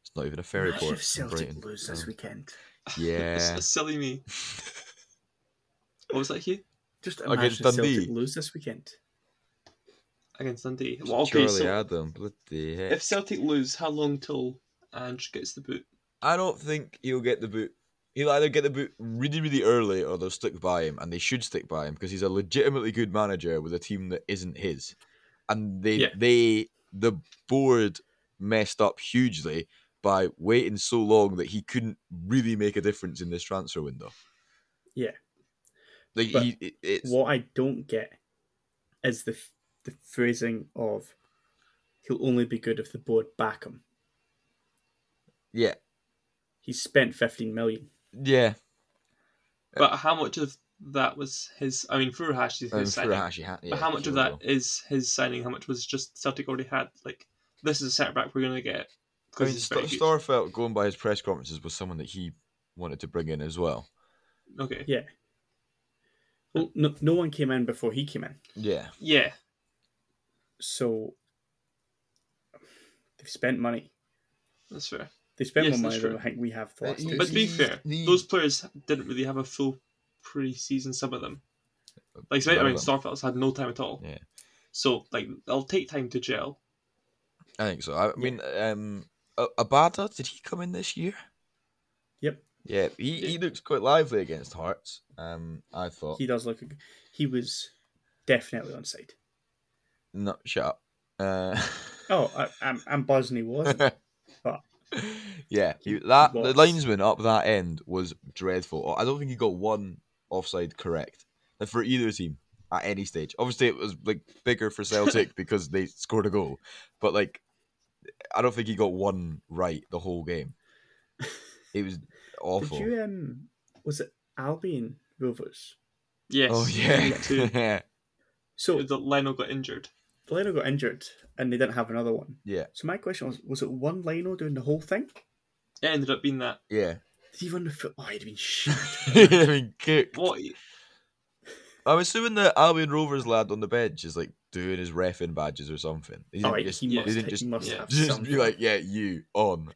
Speaker 1: It's not even a ferry
Speaker 3: Imagine
Speaker 1: port.
Speaker 3: if
Speaker 1: in
Speaker 3: Celtic
Speaker 1: Brighton.
Speaker 3: lose
Speaker 1: so-
Speaker 3: this weekend.
Speaker 2: S-
Speaker 1: Yeah,
Speaker 2: Silly
Speaker 1: (laughs)
Speaker 2: me. what was that, Hugh?
Speaker 3: Just
Speaker 1: Against
Speaker 3: imagine if
Speaker 1: Dundee.
Speaker 3: Celtic lose this weekend.
Speaker 2: Against Dundee. Well, okay,
Speaker 1: Charlie
Speaker 2: so
Speaker 1: Adam, bloody heck.
Speaker 2: if Celtic lose, how long till Ange gets the boot?
Speaker 1: I don't think he'll get the boot. He'll either get the boot really, really early, or they'll stick by him, and they should stick by him because he's a legitimately good manager with a team that isn't his. And they,
Speaker 2: Yeah.
Speaker 1: they, the board messed up hugely by waiting so long that he couldn't really make a difference in this transfer window.
Speaker 3: Yeah.
Speaker 1: like
Speaker 3: But
Speaker 1: he, it- it's
Speaker 3: What I don't get is the f- the phrasing of he'll only be good if the board back him.
Speaker 1: yeah,
Speaker 3: He's spent fifteen million.
Speaker 1: yeah.
Speaker 2: But how much of that was his? I mean, Furuhash is his
Speaker 1: Um,
Speaker 2: signing.
Speaker 1: Furuhashi had- yeah,
Speaker 2: but how much of
Speaker 1: sure.
Speaker 2: that is his signing? How much was just Celtic already had? Like this is a setback we're going to
Speaker 1: I
Speaker 2: get because
Speaker 1: mean,
Speaker 2: it's
Speaker 1: Sta-
Speaker 2: very good.
Speaker 1: Starfelt going by his press conferences was someone that he wanted to bring in as well.
Speaker 2: Okay.
Speaker 3: Yeah. Well, no, no one came in before he came in,
Speaker 1: Yeah,
Speaker 2: Yeah.
Speaker 3: so they've spent money.
Speaker 2: That's fair.
Speaker 3: They spent
Speaker 2: Yes,
Speaker 3: more money
Speaker 2: that's
Speaker 3: than
Speaker 2: true.
Speaker 3: I think we have for the last
Speaker 1: But
Speaker 3: two
Speaker 2: But to be
Speaker 1: He's
Speaker 2: fair,
Speaker 1: the-
Speaker 2: those players didn't really have a full pre-season. Some of them, like
Speaker 1: None
Speaker 2: I
Speaker 1: of
Speaker 2: mean,
Speaker 1: them.
Speaker 2: Starfelt's had no time at all.
Speaker 1: Yeah.
Speaker 2: So like, they'll take time to gel.
Speaker 1: I think so. I mean, um, A- Abada did he come in this year?
Speaker 3: Yep.
Speaker 1: Yeah, he, he looks quite lively against Hearts. Um, I thought.
Speaker 3: He does look. a g- He was definitely on side.
Speaker 1: No, shut up. Uh, (laughs)
Speaker 3: Oh, I, I'm, I'm buzzing. He was.
Speaker 1: yeah, he,
Speaker 3: He
Speaker 1: that the
Speaker 3: was.
Speaker 1: linesman up that end was dreadful. I don't think he got one offside correct like, for either team at any stage. Obviously, it was like bigger for
Speaker 3: (laughs)
Speaker 1: Celtic because they scored a goal, but like I don't think he got one right the whole game. It was awful.
Speaker 3: Did you um? Was it Albion Rovers?
Speaker 2: Yes.
Speaker 1: Oh
Speaker 2: Me
Speaker 1: (laughs)
Speaker 2: too.
Speaker 1: yeah,
Speaker 3: So
Speaker 2: that Leno got injured.
Speaker 3: Leno got injured, and they didn't have another one.
Speaker 1: yeah,
Speaker 3: So my question was: Was it one Leno doing the whole thing?
Speaker 2: It ended up being that.
Speaker 3: (laughs)
Speaker 1: yeah. (laughs)
Speaker 3: Did he run the foot? Oh, he'd been shit. (laughs)
Speaker 1: I mean, kicked.
Speaker 2: What?
Speaker 1: I'm assuming the Albion Rovers lad on the bench is like doing his refing badges or something. He
Speaker 3: Oh,
Speaker 1: didn't
Speaker 3: he,
Speaker 1: just-
Speaker 3: he
Speaker 2: yeah,
Speaker 3: must.
Speaker 1: didn't
Speaker 3: ha-
Speaker 1: just-
Speaker 3: he must
Speaker 2: yeah.
Speaker 1: (laughs)
Speaker 3: have
Speaker 1: just
Speaker 3: something.
Speaker 1: be like, yeah, you on.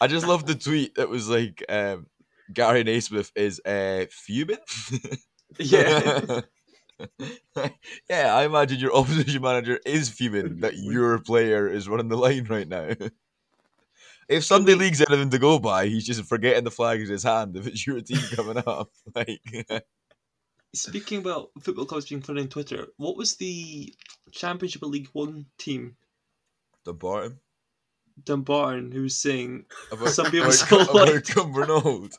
Speaker 1: I just love the tweet that was like, um, Gary Naismith is uh, fuming. (laughs)
Speaker 2: Yeah.
Speaker 1: yeah, I imagine your opposition manager is fuming that your player is running the line right now. (laughs) If Sunday League's anything to go by, he's just forgetting the flag in his hand if it's your team coming up. (laughs) Like,
Speaker 2: (laughs) Speaking about football clubs being funny on Twitter, what was the Championship of League One team,
Speaker 1: the bottom.
Speaker 2: Dumbarton, who
Speaker 1: (laughs)
Speaker 2: was saying
Speaker 1: About,
Speaker 2: Some people
Speaker 1: about-
Speaker 2: still
Speaker 1: about
Speaker 2: like-
Speaker 1: Cumbernauld.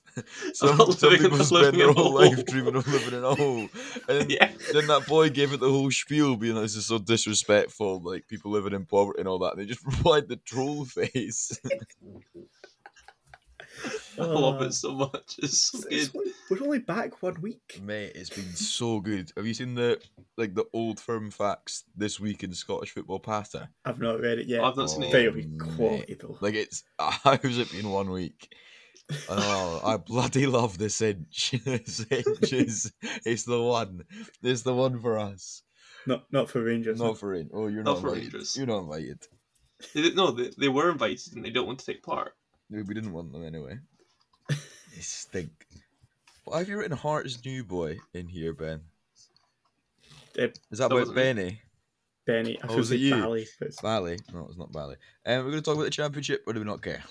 Speaker 1: Some,
Speaker 2: About
Speaker 1: some
Speaker 2: living-
Speaker 1: people
Speaker 2: living
Speaker 1: spend
Speaker 2: in
Speaker 1: their
Speaker 2: a
Speaker 1: whole
Speaker 2: hole.
Speaker 1: life dreaming of living in a hole. And then
Speaker 2: (laughs) Yeah.
Speaker 1: then that boy gave it the whole spiel, being like, this is so disrespectful, like people living in poverty and all that. And they just (laughs) replied the troll face. (laughs) (laughs)
Speaker 2: I
Speaker 1: Oh,
Speaker 2: love it so much. It's so
Speaker 3: It's-
Speaker 2: good.
Speaker 3: Oh, Ah. it's- We're only back one week.
Speaker 1: Mate, it's been so good. Have you seen the like the old firm facts this week in Scottish football patter?
Speaker 3: I've not read it yet.
Speaker 2: I've not seen it.
Speaker 1: Oh,
Speaker 3: Very quality
Speaker 1: mate.
Speaker 3: though.
Speaker 1: Like it's (laughs) how's it been one week? Oh, I bloody love this inch. (laughs) this inch is it's the one. It's the one for us.
Speaker 3: Not not for Rangers. no.
Speaker 1: Not for in. Oh, you're
Speaker 2: Not
Speaker 1: not,
Speaker 2: for
Speaker 1: invited.
Speaker 2: Rangers.
Speaker 1: You're not invited.
Speaker 2: They didn't, no, they, they were invited and they don't want to take part.
Speaker 1: We we didn't want them anyway. they stink. Why have you written Heart's new boy in here, Ben?
Speaker 3: Uh,
Speaker 1: Is that,
Speaker 2: That
Speaker 1: about
Speaker 2: wasn't me.
Speaker 1: Benny?
Speaker 3: Benny. I
Speaker 1: Oh,
Speaker 3: feel
Speaker 1: was it
Speaker 3: like
Speaker 1: you?
Speaker 3: Bally, but-
Speaker 1: Bally? No, it's not Bally. Um, we're going to talk about the championship, or do we not care?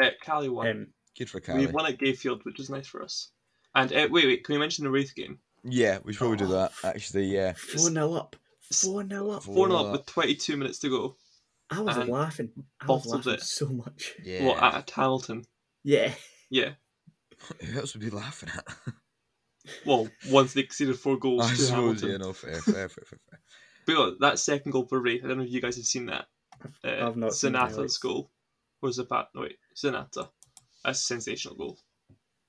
Speaker 2: Uh, Cali won.
Speaker 3: um,
Speaker 1: Good for
Speaker 2: we
Speaker 1: Cali.
Speaker 2: won at Gayfield, which is nice for us. And uh, wait, wait, can we mention the Wraith game?
Speaker 1: Yeah, we should probably do
Speaker 3: Oh.
Speaker 1: that, actually, yeah.
Speaker 3: four 0 up. Four 0 up.
Speaker 1: Four-
Speaker 2: 4 0
Speaker 1: up.
Speaker 2: up with 22 minutes to go.
Speaker 3: I was
Speaker 2: and
Speaker 3: laughing. I was
Speaker 2: bottled
Speaker 3: laughing
Speaker 2: it.
Speaker 3: so much. (laughs)
Speaker 1: Yeah.
Speaker 2: Well, at Hamilton.
Speaker 3: Yeah.
Speaker 2: Yeah.
Speaker 1: Who else would be laughing at?
Speaker 2: Well, once they exceeded four goals
Speaker 1: I
Speaker 2: to
Speaker 1: suppose,
Speaker 2: Hamilton.
Speaker 1: yeah, no, fair, fair, fair, fair.
Speaker 2: (laughs)
Speaker 1: fair.
Speaker 2: But yeah, that second goal for Wraith, I don't know if you guys have seen that. Uh,
Speaker 3: I've not seen the
Speaker 2: Zanata's
Speaker 3: highlights.
Speaker 2: goal was a pat. No, wait, Zanata. That's a sensational goal.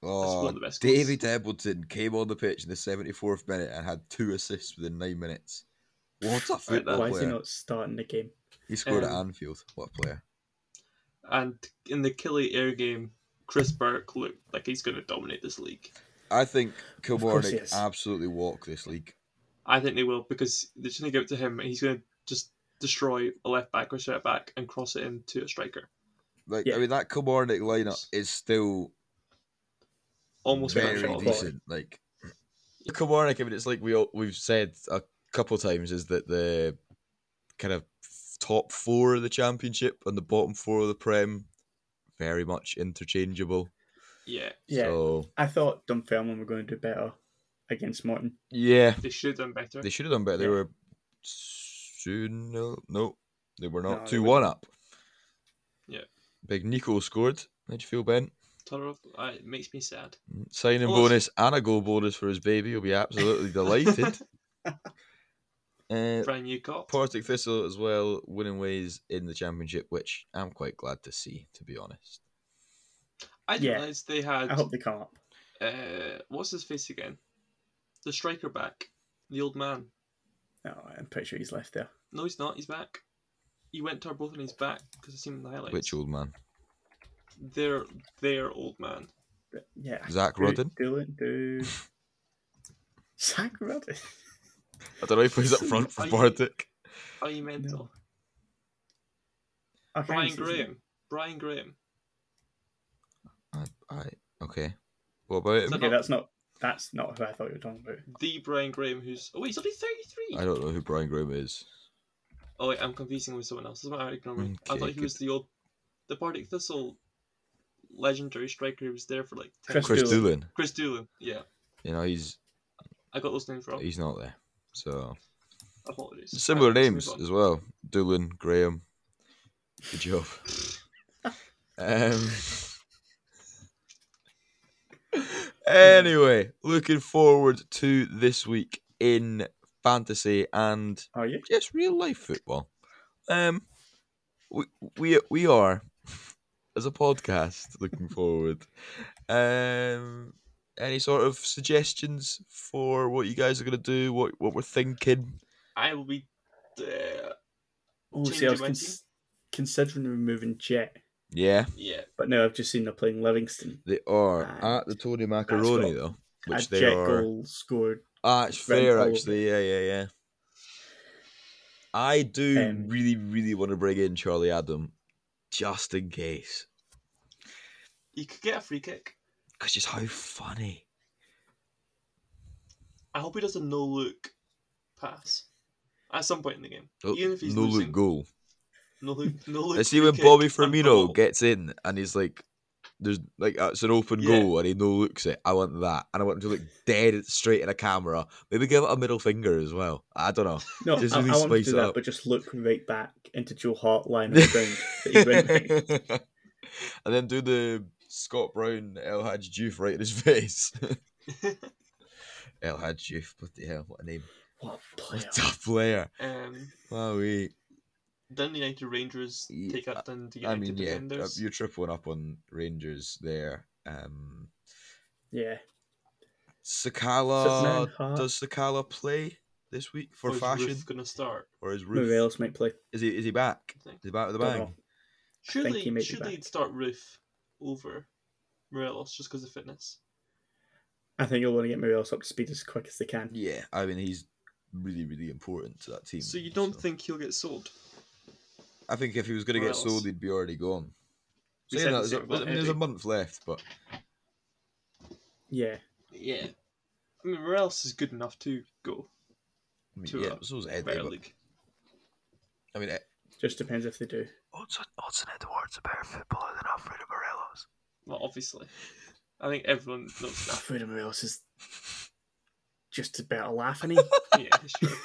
Speaker 1: Oh,
Speaker 2: of the best goals.
Speaker 1: David Edmonton came on the pitch in the 74th minute and had two assists within nine minutes. What a football
Speaker 3: Why is he
Speaker 1: player.
Speaker 3: not starting the game?
Speaker 1: He scored at
Speaker 2: Um,
Speaker 1: Anfield. What a player.
Speaker 2: And in the Killy air game, Chris Burke looked like he's going to dominate this league.
Speaker 1: I think
Speaker 3: course he
Speaker 1: Kilmarnock
Speaker 3: is.
Speaker 1: absolutely walk this league.
Speaker 2: I think they will because they're just going to give it to him and he's going to just destroy a left back or set back and cross it into a striker.
Speaker 1: Like I
Speaker 3: Yeah.
Speaker 1: mean, that Kilmarnock lineup is still
Speaker 2: Almost
Speaker 1: very
Speaker 2: perfect.
Speaker 3: quality.
Speaker 1: decent. Like Kilmarnock, I mean, it's like we all, we've said a couple times is that the kind of top four of the championship and the bottom four of the Prem very much interchangeable.
Speaker 2: Yeah,
Speaker 3: Yeah.
Speaker 1: So
Speaker 3: I thought Dunfermline were going to do better against Morton.
Speaker 1: yeah,
Speaker 2: they should have done better.
Speaker 1: they should have done better. They
Speaker 3: Yeah.
Speaker 1: were soon no, no, they were not
Speaker 3: No, they
Speaker 1: two one up.
Speaker 2: Yeah.
Speaker 1: big Nico scored. How'd you feel, Ben?
Speaker 2: Todorov, uh, it makes me sad.
Speaker 1: Signing
Speaker 2: Well,
Speaker 1: bonus and a goal bonus for his baby. He'll be absolutely delighted. uh,
Speaker 2: Brian Newcott.
Speaker 1: Partick Thistle as well, winning ways in the championship, which I'm quite glad to see, to be honest.
Speaker 2: I didn't
Speaker 3: Yeah.
Speaker 2: realise they had.
Speaker 3: I hope they come up.
Speaker 2: Uh, what's his face again? The striker back. The old man.
Speaker 3: No, I'm pretty sure he's left there.
Speaker 2: No, he's not. He's back. he went to her both on his back because I seen him in the highlights.
Speaker 1: Which old man?
Speaker 2: Their their old man.
Speaker 3: Yeah.
Speaker 1: Zach Rodden?
Speaker 3: Do it,
Speaker 1: (laughs)
Speaker 3: do. it, do. Zach Rodden.
Speaker 1: I don't know if he's up front for
Speaker 2: Are you-
Speaker 1: Partick.
Speaker 2: Are you mental?
Speaker 3: I can't
Speaker 2: Brian
Speaker 3: see his
Speaker 2: Graham. Brian Graham.
Speaker 1: I, I, okay. What about
Speaker 2: Is
Speaker 1: him?
Speaker 3: name.
Speaker 2: that
Speaker 3: Okay,
Speaker 2: not
Speaker 3: that's not that's not who I thought you were talking about.
Speaker 2: the Brian Graham who's oh wait he's only thirty
Speaker 1: I
Speaker 2: three.
Speaker 1: don't know who Brian Graham is.
Speaker 2: Oh wait, I'm confusing him with someone else. That's why I ignore me. I
Speaker 1: Okay,
Speaker 2: thought he was the old the Partick Thistle legendary striker who was there for like 10
Speaker 3: Chris
Speaker 1: Chris
Speaker 3: Doolin.
Speaker 1: Doolin.
Speaker 2: Chris Doolin. Yeah.
Speaker 1: You know, he's
Speaker 2: I got those names wrong.
Speaker 1: he's not there. So
Speaker 2: Apologies.
Speaker 1: similar
Speaker 2: Right, let's
Speaker 1: names
Speaker 2: move on.
Speaker 1: as well. Doolin, Graham. Good job. um. Anyway, looking forward to this week in fantasy and
Speaker 3: Are you?
Speaker 1: just real life football. Um, we we we are as a podcast looking forward. Um, any sort of suggestions for what you guys are gonna do? What what we're thinking?
Speaker 2: I will be uh,
Speaker 3: Oh, see,
Speaker 2: Change
Speaker 3: I was
Speaker 2: my
Speaker 3: cons- considering removing Jet,
Speaker 1: Yeah,
Speaker 2: yeah.
Speaker 3: but now I've just seen they're playing Livingston.
Speaker 1: they are
Speaker 3: Ah,
Speaker 1: at the Tony Macaroni
Speaker 3: got-
Speaker 1: though,
Speaker 3: A
Speaker 1: which they
Speaker 3: Jet
Speaker 1: are.
Speaker 3: goal scored.
Speaker 1: Ah, it's
Speaker 3: written
Speaker 1: fair
Speaker 3: all over
Speaker 1: actually. Yeah, yeah, yeah. I do
Speaker 3: Um,
Speaker 1: really, really want to bring in Charlie Adam, just in case,
Speaker 2: You could get a free kick.
Speaker 1: because just how funny.
Speaker 2: I hope he does a no look pass at some point in the game.
Speaker 1: Oh,
Speaker 2: Even if he's
Speaker 1: no look
Speaker 2: losing,
Speaker 1: goal.
Speaker 2: no look, no look.
Speaker 1: I see
Speaker 2: free
Speaker 1: when
Speaker 2: kick
Speaker 1: Bobby
Speaker 2: and
Speaker 1: Firmino
Speaker 2: goal.
Speaker 1: gets in and he's like, "There's like uh, it's an open
Speaker 2: Yeah.
Speaker 1: goal," and he no looks it. I want that, and I want him to look dead at- straight at a camera. Maybe give it a middle finger as well. I don't know.
Speaker 3: No,
Speaker 1: Just
Speaker 3: I,
Speaker 1: really
Speaker 3: I want to
Speaker 1: spice
Speaker 3: do
Speaker 1: it
Speaker 3: that,
Speaker 1: up.
Speaker 3: but just look right back into Joe Hart lying on the ground that he
Speaker 2: (laughs)
Speaker 1: (laughs)
Speaker 3: went right.
Speaker 1: and then do the Scott Brown El Hadj Juve right in his (laughs) face. El Hadj Juve, what the hell? What a name!
Speaker 3: What a player.
Speaker 1: What a player!
Speaker 2: (laughs) um,
Speaker 1: Wow, we.
Speaker 2: then the United Rangers
Speaker 1: Yeah,
Speaker 2: take out Dundee
Speaker 1: I
Speaker 2: United
Speaker 1: mean, yeah, uh,
Speaker 2: defenders.
Speaker 1: you're tripling up on Rangers there. Um,
Speaker 3: Yeah.
Speaker 1: Sakala
Speaker 3: Sitting in hot.
Speaker 1: Uh, does Sakala play this week for
Speaker 2: Or is
Speaker 1: fashion
Speaker 2: Ruth gonna start.
Speaker 1: or is Ruth
Speaker 3: Morelos might play.
Speaker 1: is he is he back?
Speaker 2: I think.
Speaker 1: Is he back with the
Speaker 3: Don't
Speaker 1: bang?
Speaker 3: know.
Speaker 2: Surely,
Speaker 3: he may be
Speaker 2: surely
Speaker 3: back.
Speaker 2: he'd start Roof over Morelos just because of fitness.
Speaker 3: I think you'll want to get Morelos up to speed as quick as they can.
Speaker 1: Yeah, I mean he's really really important to that team.
Speaker 2: So you don't think he'll get sold?
Speaker 1: I think if he was going to get
Speaker 2: Morelos.
Speaker 1: sold, he'd be already gone.
Speaker 3: We
Speaker 1: Saying
Speaker 3: said
Speaker 1: that,
Speaker 3: the
Speaker 1: there's, a,
Speaker 3: same about
Speaker 1: I mean, there's a
Speaker 3: Eddie.
Speaker 1: month left, but
Speaker 3: Yeah.
Speaker 2: Yeah. I mean, Morelos is good enough to go
Speaker 1: I mean,
Speaker 2: to
Speaker 1: yeah,
Speaker 2: a
Speaker 1: so's Eddie.
Speaker 2: better
Speaker 1: But,
Speaker 2: league.
Speaker 1: I mean, eh,
Speaker 3: Just depends if they do.
Speaker 1: Hudson, Hudson Edward's a better footballer than Alfredo Morelos.
Speaker 2: Well, obviously. I think everyone knows that.
Speaker 3: Alfredo Morelos is just a better laugh, is
Speaker 2: Yeah, sure.
Speaker 1: (laughs)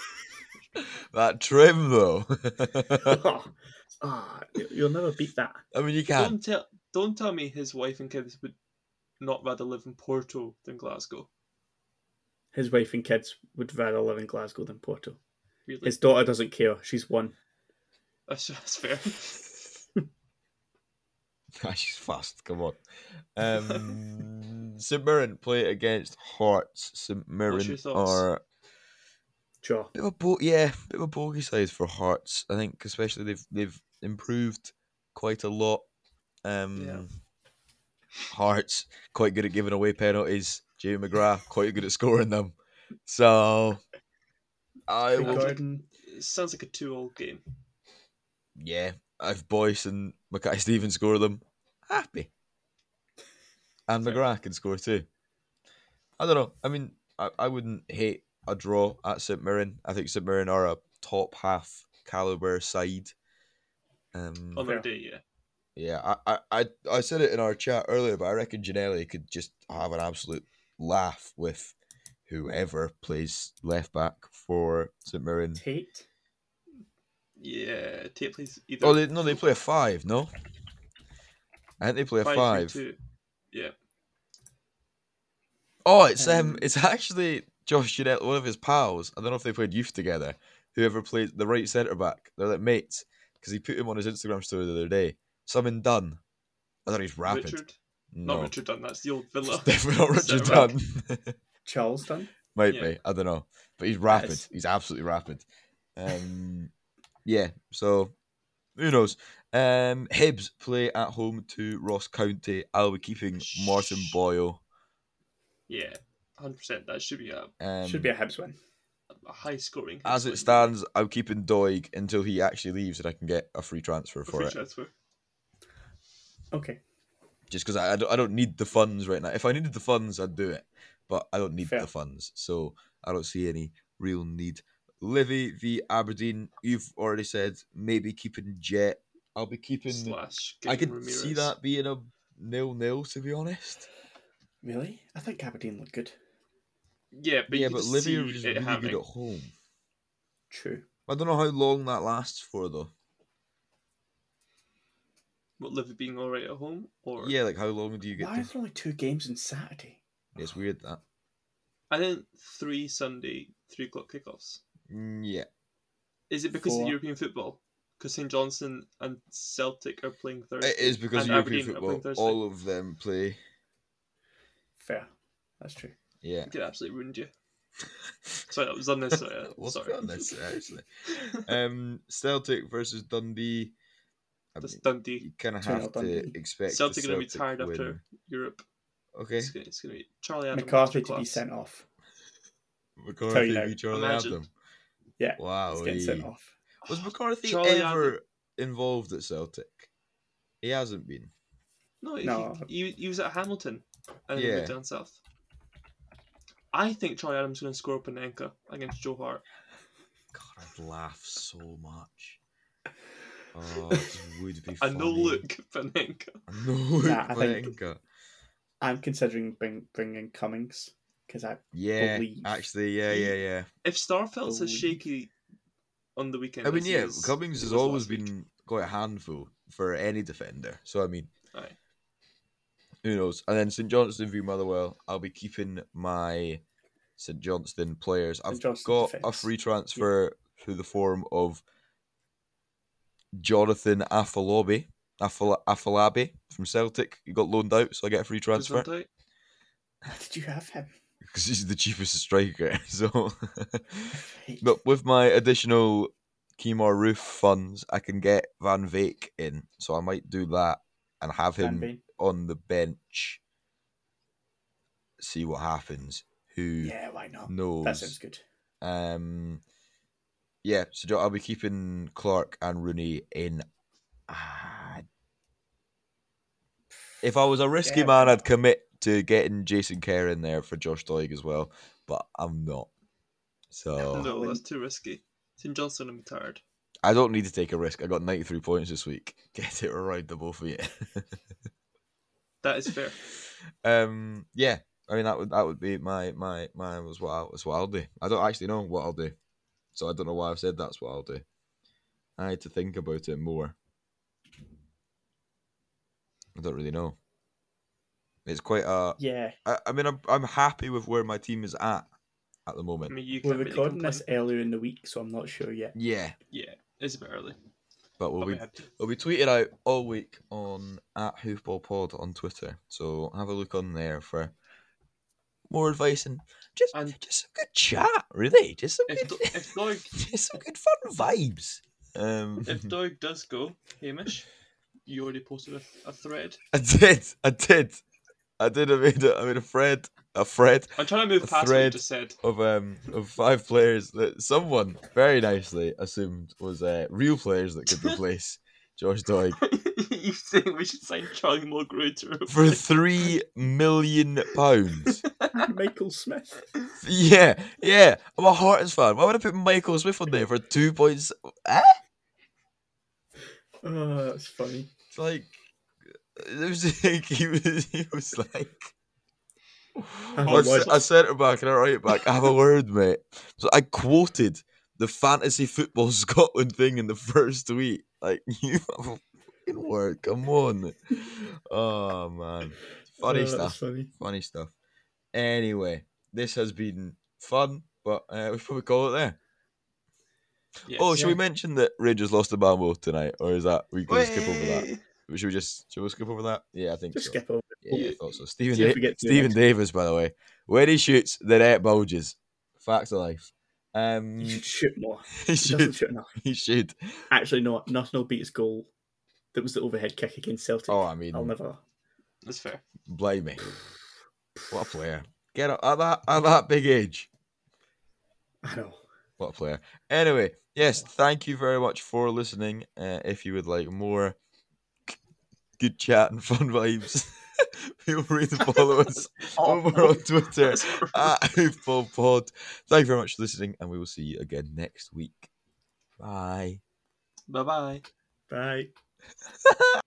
Speaker 1: That trim though. (laughs)
Speaker 3: oh, (laughs) ah, you- you'll never beat that.
Speaker 1: I mean, you (laughs) can.
Speaker 2: Don't tell, don't tell me his wife and kids would not rather live in Porto than Glasgow.
Speaker 3: His wife and kids would rather live in Glasgow than Porto.
Speaker 2: Really?
Speaker 3: His daughter doesn't care. She's one.
Speaker 2: That's, that's fair.
Speaker 1: Ah, She's fast. Come on. Um, St Mirren play against Hearts. St Mirren
Speaker 2: your thoughts?
Speaker 1: are a
Speaker 3: Jaw.
Speaker 1: bit of a bo- yeah, bit of a bogey side for Hearts. I think, especially they've they've improved quite a lot. Um,
Speaker 2: Yeah.
Speaker 1: Hearts quite good at giving away penalties. Jamie McGrath quite good at scoring them. So I
Speaker 2: Good
Speaker 1: will,
Speaker 2: God.
Speaker 3: Gordon.
Speaker 2: it sounds like a two-all game.
Speaker 1: yeah. If Boyce and Mackay Stevens score them, happy. And
Speaker 2: Fair.
Speaker 1: McGrath can score too. I don't know. I mean, I, I wouldn't hate a draw at St Mirren. I think St Mirren are a top half caliber side. Um,
Speaker 2: On their
Speaker 3: Fair.
Speaker 2: day, yeah.
Speaker 1: yeah, I, I, I, I said it in our chat earlier, but I reckon Janelli could just have an absolute laugh with whoever plays left back for St Mirren.
Speaker 3: Tate.
Speaker 2: Yeah, Tate plays either.
Speaker 1: Oh, they, no, they play a five, no? I think they play a
Speaker 2: five,
Speaker 1: five.
Speaker 2: three, two.
Speaker 1: Oh, it's um,
Speaker 3: Um,
Speaker 1: it's actually Josh Jeanette, one of his pals. I don't know if they played youth together. Whoever played the right centre back, they're like mates because he put him on his Instagram story the other day. Something done. I thought he's rapping.
Speaker 2: Richard,
Speaker 1: no, (laughs)
Speaker 2: not Richard Dunn. That's the old Villa.
Speaker 1: It's definitely not Richard
Speaker 2: Centre-back.
Speaker 1: Dunn.
Speaker 3: Charles done.
Speaker 1: Might
Speaker 2: Yeah.
Speaker 1: be. I don't know, but he's rapid.
Speaker 3: is-
Speaker 1: He's absolutely rapid. Um, yeah. So Who knows? Um, Hibs play at home to Ross County. I'll be keeping Martin Boyle.
Speaker 2: Yeah, 100%. That should be a,
Speaker 1: Um,
Speaker 3: Should be a Hibs win.
Speaker 2: a high scoring.
Speaker 1: as it stands, I'm keeping Doig until he actually leaves and I can get a free transfer for
Speaker 2: free
Speaker 1: it.
Speaker 2: transfer.
Speaker 3: Okay,
Speaker 1: Just because I, I, don't, I don't need the funds right now. If I needed the funds, I'd do it. But I don't need
Speaker 3: Fair.
Speaker 1: the funds. So I don't see any real need. Livy v Aberdeen, you've already said maybe keeping Jet. I'll be keeping.
Speaker 2: Slash.
Speaker 1: I
Speaker 2: Gabriel
Speaker 1: could
Speaker 2: Ramirez.
Speaker 1: see that being a nil nil, to be honest.
Speaker 3: really? I think Aberdeen look good.
Speaker 2: Yeah, but
Speaker 1: yeah,
Speaker 2: you
Speaker 1: but
Speaker 2: could
Speaker 1: Livy
Speaker 2: see
Speaker 1: are just
Speaker 2: it
Speaker 1: really
Speaker 2: happening.
Speaker 1: good at home.
Speaker 3: True.
Speaker 1: I don't know how long that lasts for though.
Speaker 2: What Livy being alright at home, or
Speaker 1: Yeah, like how long do you get?
Speaker 3: Why
Speaker 1: To...
Speaker 3: are there only two games on Saturday?
Speaker 1: It's weird that.
Speaker 2: I think three Sunday three o'clock kickoffs.
Speaker 1: Mm, Yeah,
Speaker 2: Is it because of
Speaker 3: Four.
Speaker 2: European football? Because St Johnson and Celtic are playing Thursday.
Speaker 1: it is because
Speaker 2: and
Speaker 1: of European
Speaker 2: Aberdeen are playing
Speaker 1: football.
Speaker 2: Thursday.
Speaker 1: All of them play.
Speaker 3: Fair. That's true.
Speaker 1: Yeah.
Speaker 2: It absolutely ruined you. Sorry, that
Speaker 1: (laughs)
Speaker 2: was unnecessary. (laughs) uh,
Speaker 1: What's
Speaker 2: Sorry.
Speaker 1: on this
Speaker 2: (laughs)
Speaker 1: actually? um, Celtic versus Dundee. I
Speaker 2: That's
Speaker 1: mean,
Speaker 2: Dundee,
Speaker 1: you kind of
Speaker 3: Two-nil
Speaker 1: have to
Speaker 3: Dundee.
Speaker 1: expect the
Speaker 2: Celtic are gonna be
Speaker 1: Celtic
Speaker 2: tired
Speaker 1: win.
Speaker 2: after Europe.
Speaker 1: Okay,
Speaker 2: It's, gonna, it's gonna be Charlie Adam.
Speaker 3: McCarthy to be
Speaker 2: masterclass.
Speaker 3: sent off.
Speaker 1: McCarthy
Speaker 3: now.
Speaker 1: v Charlie
Speaker 2: Imagine.
Speaker 1: Adam.
Speaker 3: Yeah,
Speaker 1: Wow.
Speaker 3: He's getting sent off.
Speaker 1: Was McCarthy
Speaker 2: Charlie Adam-
Speaker 1: ever involved at Celtic? He hasn't been.
Speaker 2: No,
Speaker 3: No.
Speaker 2: He, he, he was at Hamilton and then
Speaker 1: Yeah.
Speaker 2: moved down south. I think Charlie Adams going to score a Panenka against Joe Hart.
Speaker 1: God, I'd laugh so much. Oh, it
Speaker 3: (laughs)
Speaker 1: would be
Speaker 2: A
Speaker 1: funny.
Speaker 2: no look (laughs) Panenka.
Speaker 1: A no look
Speaker 3: Nah, I think-
Speaker 1: Panenka.
Speaker 3: I'm considering bring, bringing Cummings because I (laughs)
Speaker 1: Yeah,
Speaker 3: believe
Speaker 1: actually, yeah, yeah, yeah.
Speaker 2: If Starfelt's is
Speaker 3: Believe.
Speaker 2: shaky on the weekend,
Speaker 1: I mean,
Speaker 2: as he
Speaker 1: yeah,
Speaker 2: is-
Speaker 1: Cummings
Speaker 2: he
Speaker 1: has
Speaker 2: was
Speaker 1: always
Speaker 2: last week.
Speaker 1: been quite a handful for any defender. So, I mean,
Speaker 2: Aye.
Speaker 1: who knows? And then St Johnston v Motherwell, I'll be keeping my St Johnston players. I've
Speaker 3: Johnston
Speaker 1: got a
Speaker 3: defence.
Speaker 1: free transfer through the form of Jonathan Afalabi. Afala- Afalabi from Celtic. He got loaned out, so I get a free
Speaker 2: Does
Speaker 1: transfer.
Speaker 2: that do it?
Speaker 3: Did you have him?
Speaker 1: because he's the cheapest striker. (laughs) So,
Speaker 3: Right.
Speaker 1: but with my additional Kemar Roof funds, I can get Van Vaek in. So I might do that and have
Speaker 3: Van
Speaker 1: him
Speaker 3: Veen.
Speaker 1: on the bench. See what happens. Who
Speaker 3: Yeah, why not?
Speaker 1: knows?
Speaker 3: That sounds good.
Speaker 1: Um, yeah, so Jo- I'll be keeping Clark and Rooney in. Ah, if I was a risky
Speaker 3: Yeah.
Speaker 1: man, I'd commit to getting Jason Kerr in there for Josh Doig as well, but I'm not. So
Speaker 3: (laughs)
Speaker 2: No,
Speaker 3: When-
Speaker 2: that's too risky. St Johnson and tired.
Speaker 1: I don't need to take a risk. I got 93 points this week. (laughs) Get it right, the both of you. (laughs)
Speaker 2: That is fair.
Speaker 1: um, yeah, I mean that would that would be my my my was what I, was what I'll do. I don't actually know what I'll do, so I don't know why I've said that's what I'll do. I had to think about it more. I don't really know. It's quite a.
Speaker 3: Yeah,
Speaker 1: I, I mean, I'm I'm happy with where my team is at at the
Speaker 2: I
Speaker 1: moment.
Speaker 2: mean, you
Speaker 3: we're
Speaker 2: can't really
Speaker 3: recording
Speaker 2: complain.
Speaker 3: this earlier in the week, so I'm not
Speaker 1: (laughs)
Speaker 3: sure yet.
Speaker 1: Yeah,
Speaker 2: Yeah, it's a bit early.
Speaker 1: but we'll
Speaker 2: But we
Speaker 1: be
Speaker 2: had to.
Speaker 1: we'll be tweeted out all week on at Hoofball Pod on Twitter. So have a look on there for more advice and just
Speaker 2: And-
Speaker 1: (laughs) just some good chat. Really, just some
Speaker 2: If
Speaker 1: good,
Speaker 2: Do- if Doig
Speaker 1: (laughs) just some good fun vibes. Um, (laughs)
Speaker 2: if Doig does go, Hamish, you already posted a, a thread.
Speaker 1: I did, I did, I did. I made a, I made a thread, a thread
Speaker 2: I'm trying to
Speaker 1: A
Speaker 2: move past what you
Speaker 1: thread.
Speaker 2: just said. (laughs)
Speaker 1: of um of five players that someone very nicely assumed was uh, real players that could replace George Doig
Speaker 2: you think we should sign Charlie Mulgrew to
Speaker 1: for
Speaker 2: replace
Speaker 1: three million pounds.
Speaker 3: Michael Smith.
Speaker 1: Yeah, yeah. I'm a Hearts fan. Why would I put Michael Smith on there for two points? Eh?
Speaker 3: Oh, that's funny.
Speaker 1: It's like it was (laughs) like he was, he was like
Speaker 3: a
Speaker 1: "What's
Speaker 3: word."
Speaker 1: a centre back and a right back. Have a word, mate. So I quoted the fantasy football (laughs) Scotland thing in the first tweet. Like (laughs) you have a fucking word. Come on. Oh man, funny
Speaker 3: Oh, that's
Speaker 1: stuff.
Speaker 3: funny.
Speaker 1: Funny stuff. Anyway, this has been fun, but uh, we should probably call it there.
Speaker 2: Yes.
Speaker 1: Oh, should we
Speaker 3: Yeah.
Speaker 1: mention that Rangers lost to Bambo tonight, or is that we gonna skip over that?
Speaker 2: Whey!
Speaker 1: Should we just should we skip over that? Yeah, I think
Speaker 3: Just
Speaker 1: so.
Speaker 3: skip over.
Speaker 1: Yeah,
Speaker 2: Yeah.
Speaker 1: I thought so. Stephen,
Speaker 3: See if
Speaker 1: Da-
Speaker 3: we get to the
Speaker 1: Stephen
Speaker 3: next
Speaker 1: Davis, by the way, when he shoots, the net bulges. Facts of life. Um,
Speaker 3: (laughs) You should shoot
Speaker 1: (laughs)
Speaker 3: more.
Speaker 1: he
Speaker 3: He doesn't
Speaker 1: should.
Speaker 3: shoot enough.
Speaker 1: He
Speaker 3: (laughs)
Speaker 1: should.
Speaker 3: Actually, no. Nuttall beat his goal. That was the overhead kick against Celtic.
Speaker 1: Oh, I mean,
Speaker 3: I'll never.
Speaker 2: That's fair.
Speaker 1: blame
Speaker 3: (sighs)
Speaker 1: me. What a player. Get up at that, at that big age.
Speaker 3: I know.
Speaker 1: What a player. Anyway, yes, thank you very much for listening. Uh, if you would like more good chat and fun vibes, (laughs) feel free to follow
Speaker 3: (laughs)
Speaker 1: us
Speaker 3: Oh,
Speaker 1: over on Twitter (laughs)
Speaker 2: (laughs)
Speaker 1: at HoofballPod. Thank you very much for listening, and we will see you again next week. Bye.
Speaker 2: Bye bye.
Speaker 3: Bye.